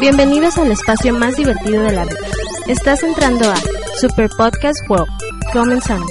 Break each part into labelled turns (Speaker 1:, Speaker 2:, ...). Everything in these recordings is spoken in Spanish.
Speaker 1: Bienvenidos al espacio más divertido de la vida. Estás entrando a Super Podcast World. Comenzamos.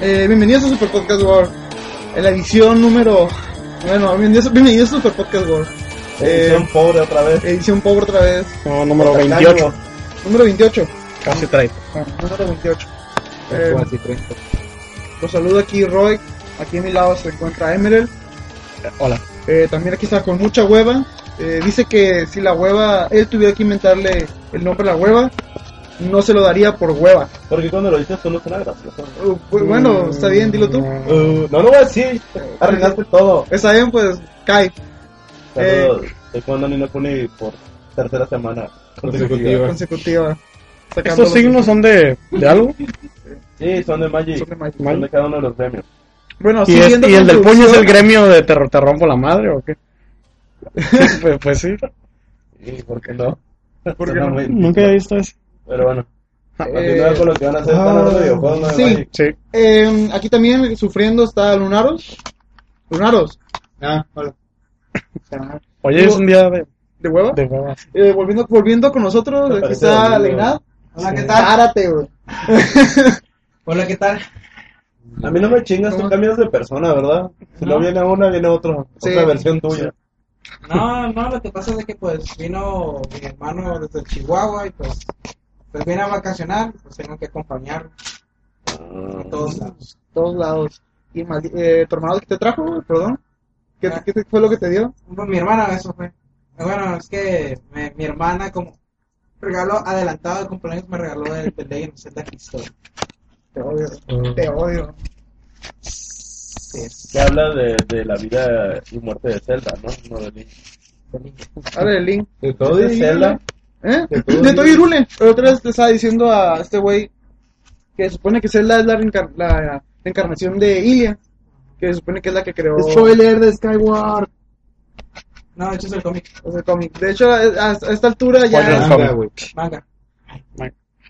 Speaker 2: Eh, bienvenidos a Super Podcast World. En la edición número. Bueno, bienvenidos, bienvenidos a Super Podcast World.
Speaker 3: Edición
Speaker 2: Eh,
Speaker 3: pobre otra vez.
Speaker 2: edición pobre otra vez.
Speaker 4: No, número
Speaker 3: Atacaño.
Speaker 4: 28.
Speaker 2: Número 28.
Speaker 4: Casi trae.
Speaker 2: Número 28. Eh, los saludo aquí, Roy. Aquí a mi lado se encuentra Emerald.
Speaker 4: Hola.
Speaker 2: Eh, también aquí está con mucha hueva. Eh, dice que si la hueva. Él tuviera que inventarle el nombre a la hueva. No se lo daría por hueva.
Speaker 3: Porque cuando lo dices tú no suena gracioso.
Speaker 2: Uh, pues, bueno, está bien, dilo tú.
Speaker 4: Mm.
Speaker 3: Uh, no lo voy a decir. Arruinaste todo.
Speaker 2: Está bien, pues, cae. Eh,
Speaker 3: Saludos. Estoy jugando a Nino Kuni por tercera semana consecutiva.
Speaker 4: Consecutiva.
Speaker 2: Consecutiva. Sacando
Speaker 4: ¿Estos
Speaker 2: los-
Speaker 4: signos son de, de algo?
Speaker 3: Sí, son de Magic.
Speaker 2: Son de Magic.
Speaker 3: Son de cada uno de los premios.
Speaker 2: Bueno,
Speaker 4: ¿Y, es-
Speaker 2: siguiendo
Speaker 4: y el del
Speaker 2: con
Speaker 4: puño es el
Speaker 2: Lucía.
Speaker 4: gremio de te, te rompo la madre o qué? pues, pues sí,
Speaker 3: Sí, ¿por qué no?
Speaker 2: ¿Por qué
Speaker 3: Suena
Speaker 2: no?
Speaker 3: muy
Speaker 4: nunca he visto eso.
Speaker 3: Pero bueno.
Speaker 2: Eh, ah,
Speaker 3: Continuando con lo que van a hacer. Van a hablar de videojuegos, no de
Speaker 2: sí.
Speaker 3: Magic.
Speaker 4: Sí.
Speaker 2: Eh, aquí también sufriendo está Lunaros. Lunaros.
Speaker 4: Ah, hola. Oye, es un día de,
Speaker 2: ¿De hueva?
Speaker 4: de huevas.
Speaker 2: Eh, volviendo, volviendo con nosotros, aquí está
Speaker 3: Sí.
Speaker 2: Leinad.
Speaker 5: Hola, ¿qué tal?
Speaker 2: Párate, güey.
Speaker 5: Hola, ¿qué tal?
Speaker 3: A mí no me chingas, tú
Speaker 2: ¿Cómo?
Speaker 3: cambias de persona, ¿verdad? Si no,
Speaker 5: No.
Speaker 3: viene una, viene otro.
Speaker 2: Sí.
Speaker 3: Otra versión tuya.
Speaker 5: No, no, lo que pasa es de que pues vino mi hermano desde Chihuahua y pues, pues vino a vacacionar, pues tengo que acompañarlo a todos lados.
Speaker 2: Todos lados. Y maldi- eh, tu hermano que te trajo, güey, perdón. ¿Qué,
Speaker 5: Ah.
Speaker 2: qué te- fue lo que te dio?
Speaker 5: Bueno, mi hermana, eso fue. Bueno, es que me- mi hermana como regalo adelantado de cumpleaños me regaló el The Legend of la Cristo.
Speaker 2: Te odio.
Speaker 4: Ah.
Speaker 2: Te odio.
Speaker 5: Sí, es
Speaker 3: Que habla de, de la vida y muerte de Zelda, ¿no? No de Link.
Speaker 2: Habla de Link.
Speaker 3: De todo de Zelda.
Speaker 2: ¿Eh?
Speaker 3: De todo
Speaker 2: De todo
Speaker 3: Irule.
Speaker 2: Irule. Pero otra vez te estaba diciendo a este güey que supone que Zelda es la, reencar- la encarnación de Ilia. Que supone que es la que creó.
Speaker 4: de Skyward.
Speaker 5: No, de hecho es el cómic,
Speaker 2: O sea, cómic. De hecho, a, a- a esta altura ya.
Speaker 4: Bueno,
Speaker 2: es-
Speaker 4: no.
Speaker 6: Anda, güey.
Speaker 5: manga.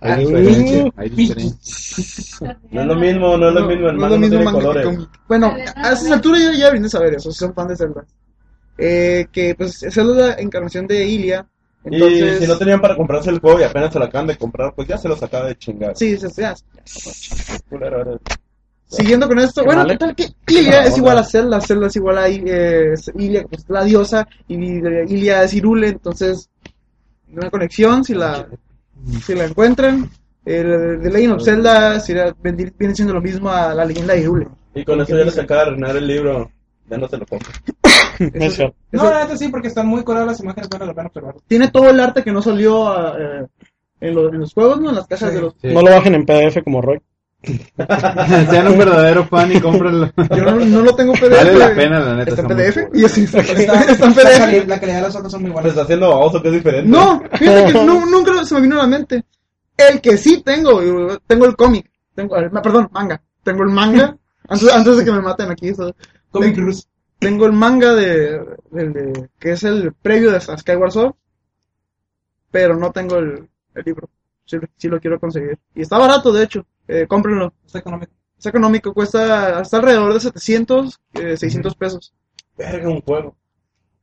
Speaker 6: Hay
Speaker 2: Ah,
Speaker 6: diferencia, hay diferencia.
Speaker 3: No es lo mismo, no es lo
Speaker 2: no
Speaker 3: mismo,
Speaker 2: es
Speaker 3: hermano,
Speaker 2: lo
Speaker 3: no
Speaker 2: mismo
Speaker 3: tiene
Speaker 2: manga que
Speaker 3: colores.
Speaker 2: cómic. Bueno, a estas alturas ya, ya deberían de saber eso, si son fan de Zelda. Eh, que pues Zelda es la encarnación de Ilia. Entonces.
Speaker 3: Y si no tenían para comprarse el juego y apenas se lo acaban de comprar, pues ya se los acaba de chingar.
Speaker 2: Sí, sí, sí, sí.
Speaker 3: Culero, eres.
Speaker 2: Siguiendo con esto,
Speaker 4: Qué
Speaker 2: bueno,
Speaker 4: mal, ¿eh?
Speaker 2: total que Ilia
Speaker 3: mala
Speaker 2: es
Speaker 3: onda.
Speaker 2: igual a Zelda, Zelda es igual a I- eh, Ilia, que es la diosa, y eh, Ilia es Irule, entonces, una conexión, si la, si la encuentran, el The Legend of Zelda sería- vendi- viene siendo lo mismo a la leyenda de Irule.
Speaker 3: Y con eso ya les acaba de arruinar el libro. Ya no se lo compro.
Speaker 4: Es cierto.
Speaker 5: No,
Speaker 2: Eso-
Speaker 5: la neta sí, porque están muy curadas las imágenes, bueno, las van a observar.
Speaker 2: Tiene todo el arte que no salió ah, eh, en, los, en los juegos, ¿no? En las cajas
Speaker 5: Sí.
Speaker 2: de los...
Speaker 6: Sí.
Speaker 4: No lo bajen en PDF como Roy.
Speaker 6: Sean un verdadero fan y cómprenlo.
Speaker 2: Yo no, no lo tengo PDF.
Speaker 6: Vale la pena, la neta.
Speaker 2: ¿Está en
Speaker 6: son muy
Speaker 2: PDF?
Speaker 6: cool.
Speaker 2: Y así, está,
Speaker 5: Está-
Speaker 2: está en
Speaker 5: la,
Speaker 2: PDF.
Speaker 5: cali- la calidad de las otras son muy
Speaker 3: Bueno,
Speaker 5: buenas.
Speaker 3: Pues está haciendo baboso que es diferente.
Speaker 2: No, fíjate que nu- nunca se me vino a la mente. El que sí tengo, yo tengo el cómic, tengo, eh, perdón, manga, tengo el manga, antes, antes de que me maten aquí, eso.
Speaker 5: Cómic
Speaker 2: Ten-
Speaker 5: Cruz.
Speaker 2: tengo el manga de, del de- que es el previo de Sa- Skyward Sword, pero no tengo el, el libro, sí, lo- sí lo quiero conseguir. Y está barato, de hecho, eh, cómprenlo,
Speaker 5: Está económico.
Speaker 2: es económico, cuesta hasta alrededor de 700, eh, 600 pesos.
Speaker 3: Verga, un juego.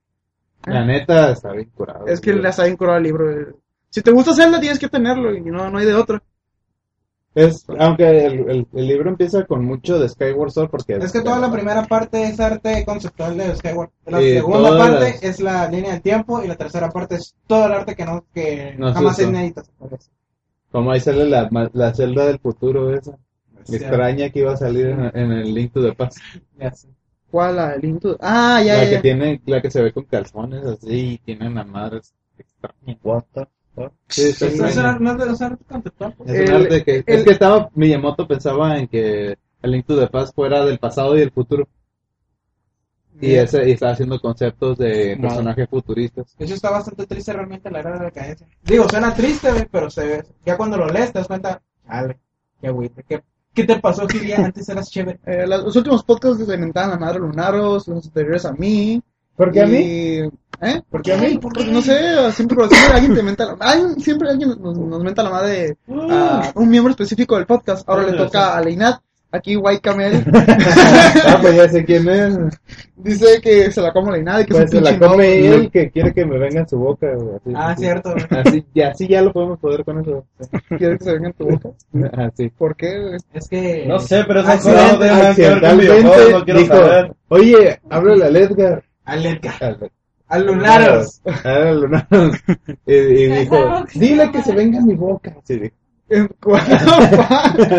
Speaker 6: La neta está bien curado.
Speaker 2: Es que
Speaker 6: güey.
Speaker 2: le está bien curado el libro. eh. Si te gusta hacerla, tienes que tenerlo y no, no hay de otra.
Speaker 6: Es- aunque el, el- el libro empieza con mucho de Skyward Sword porque
Speaker 5: Es que toda la primera parte es arte conceptual de Skyward. La
Speaker 6: Sí,
Speaker 5: segunda
Speaker 6: todas
Speaker 5: parte
Speaker 6: las-
Speaker 5: es la línea del tiempo y la tercera parte es todo el arte que no que
Speaker 6: No es
Speaker 5: jamás se
Speaker 6: eso.
Speaker 5: inédita.
Speaker 6: como ahí sale la, ma- la celda del futuro esa me extraña que iba a salir en, en el Link to the Past
Speaker 2: ¿Cuál? La del Into- Ah, ya,
Speaker 6: la
Speaker 2: ya,
Speaker 6: que
Speaker 2: ya.
Speaker 6: tiene la que se ve con calzones así y tiene una madre extraña
Speaker 3: What the fuck?
Speaker 6: Sí, está
Speaker 5: No es
Speaker 6: extraña.
Speaker 5: ar- no es de los arte conceptual. pues.
Speaker 6: Es un
Speaker 2: El-
Speaker 6: arte que.
Speaker 2: el-
Speaker 6: es que estaba. Miyamoto pensaba en que el Link to the Past fuera del pasado y el futuro. Y, ese, y estaba haciendo conceptos de
Speaker 4: Madre.
Speaker 6: personajes futuristas.
Speaker 5: Eso está bastante triste realmente la era de la decadencia. Digo, suena triste, güey, pero se ve. Ya cuando lo lees te das cuenta, dale, qué agüite, qué, qué te pasó, Kiria? Antes eras chévere.
Speaker 2: Eh, las- los últimos podcasts se mentaban a madre a Lunaros, los anteriores a mí.
Speaker 4: ¿Por qué a mí?
Speaker 2: y- ¿Eh?
Speaker 4: ¿Por qué a mí?
Speaker 2: Porque no sé, siempre, siempre alguien te menta la madre. Siempre alguien nos, nos menta la madre a un miembro específico del podcast. Ahora le toca a Leinat, aquí White Camel.
Speaker 6: Ah, pues ya sé quién es.
Speaker 2: Dice que se la come Leinat y que
Speaker 6: Pues
Speaker 2: es
Speaker 6: se
Speaker 2: un
Speaker 6: la
Speaker 2: pinche
Speaker 6: come
Speaker 2: no-
Speaker 6: él que quiere que me venga en su boca, güey. Así,
Speaker 5: Ah,
Speaker 6: así.
Speaker 5: cierto, güey.
Speaker 6: Así, y así ya lo podemos poder con eso.
Speaker 2: Quiere que se venga en tu boca.
Speaker 6: Así.
Speaker 2: ¿Por qué?
Speaker 5: Es que.
Speaker 3: No sé, pero esas cosas no tienen nada
Speaker 5: Accidente-
Speaker 3: que ver con videojuegos, no quiero
Speaker 6: dijo,
Speaker 3: saber.
Speaker 6: oye, háblale al Edgar.
Speaker 5: Alerta.
Speaker 6: Al-
Speaker 5: A lunaros.
Speaker 6: al Lunaro. Ah, y, y dijo, dile que se venga en mi boca. Así dijo.
Speaker 2: ¿En cuál?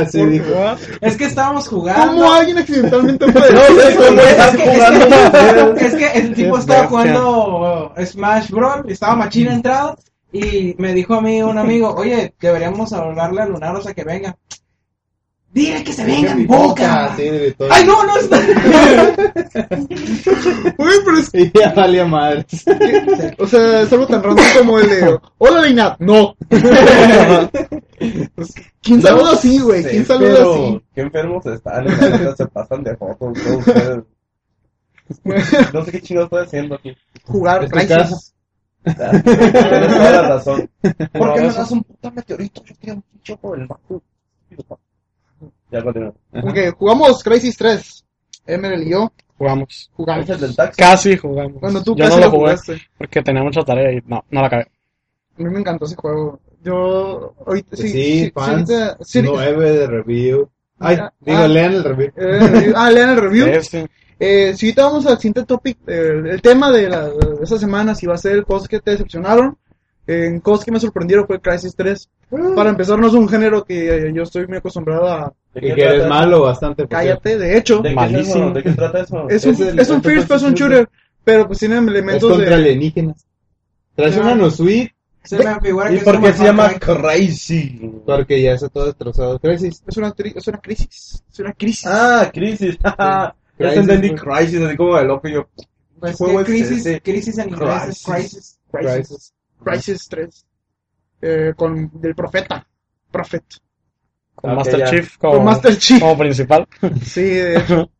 Speaker 6: Así dijo.
Speaker 5: Es que estábamos jugando.
Speaker 2: ¿Cómo alguien accidentalmente puede
Speaker 3: No sé cómo
Speaker 5: Es
Speaker 3: estás
Speaker 5: que,
Speaker 3: jugando.
Speaker 5: es, que, es que el tipo
Speaker 6: Es
Speaker 5: estaba
Speaker 6: verga.
Speaker 5: jugando uh, Smash Bros. y Estaba machina entrado. Y me dijo a mí un amigo: Oye, deberíamos hablarle a Lunaros a que venga. Dile que se venga en boca.
Speaker 3: Ah,
Speaker 6: Así gritó.
Speaker 5: Ay, no, no está.
Speaker 2: Uy, pero es-
Speaker 6: Y ya valía madre.
Speaker 2: O sea, es algo tan random como el de Hola Leinat, no. Pues, ¿Quién saluda así, güey? ¿Quién
Speaker 3: Sí,
Speaker 2: saluda
Speaker 3: pero
Speaker 2: así?
Speaker 3: Qué enfermos están, la neta, se pasan de fotos todos ustedes. No sé qué chingados estoy haciendo aquí.
Speaker 2: Jugar
Speaker 6: Es tu casa.
Speaker 2: Rises.
Speaker 3: Tienes toda la razón.
Speaker 2: ¿Por qué me das
Speaker 3: un puto meteorito? Yo quiero un pinche por el bajo. Ya continúa.
Speaker 2: Ok, jugamos Crisis 3. Emeril y yo
Speaker 4: Jugamos.
Speaker 2: jugamos.
Speaker 3: ¿Es el del taxi?
Speaker 4: Casi jugamos.
Speaker 2: Bueno, tú
Speaker 4: Yo
Speaker 2: casi
Speaker 4: no lo
Speaker 2: lo
Speaker 4: jugué
Speaker 2: jugaste.
Speaker 4: porque tenía mucha tarea y no, no la acabé.
Speaker 2: A mí me encantó ese juego. Yo, ahorita, sí,
Speaker 6: Pues Sí, fans.
Speaker 2: ahorita- sí, eh, ahorita-
Speaker 6: 9 de review. Ay,
Speaker 2: Ah,
Speaker 6: digo,
Speaker 2: ah.
Speaker 6: lean el review.
Speaker 2: eh, ah, lean el review.
Speaker 4: Este,
Speaker 2: Eh, si ahorita vamos al siguiente topic, eh, el tema de, la, de esta semana, si va a ser cosas que te decepcionaron, en cosas que me sorprendieron fue Crisis 3. Para empezar, no es un género que eh, yo estoy muy acostumbrado a
Speaker 3: ¿De
Speaker 6: Y
Speaker 3: qué
Speaker 6: que
Speaker 3: trata
Speaker 6: eres
Speaker 3: eso?
Speaker 6: malo bastante. por cierto.
Speaker 2: cállate, de hecho,
Speaker 3: ¿De qué
Speaker 4: Malísimo.
Speaker 3: es eso? ¿De qué trata eso?
Speaker 2: es un, es
Speaker 6: es el-
Speaker 2: un
Speaker 6: es el
Speaker 2: first person
Speaker 6: shooter.
Speaker 2: shooter, pero pues tiene
Speaker 6: Es
Speaker 2: elementos
Speaker 6: contra
Speaker 2: de...
Speaker 6: alienígenas. Traes
Speaker 5: Ah.
Speaker 6: una no suite
Speaker 5: Se me figura
Speaker 3: ¿Y
Speaker 5: que
Speaker 3: por
Speaker 5: es
Speaker 3: qué
Speaker 5: como
Speaker 3: se llama
Speaker 5: Far Cry.
Speaker 3: Crazy?
Speaker 6: porque ya está todo destrozado. Crisis.
Speaker 2: Es una, tri- es una crisis, es una crisis.
Speaker 3: Ah, Crisis. jaja. Ya
Speaker 6: Crisis.
Speaker 3: entendí Crisis, así como de loco yo.
Speaker 5: Pues
Speaker 3: Juego
Speaker 5: que
Speaker 3: es ese.
Speaker 5: crisis, crisis en inglés es crisis.
Speaker 3: Crisis.
Speaker 2: crisis,
Speaker 6: Crisis.
Speaker 2: Crisis 3. Eh, con del profeta. Prophet.
Speaker 4: con
Speaker 3: Ok,
Speaker 4: Master
Speaker 3: ya.
Speaker 4: Chief
Speaker 2: Con
Speaker 4: como,
Speaker 2: Master Chief.
Speaker 4: como principal.
Speaker 2: Sí, de hecho.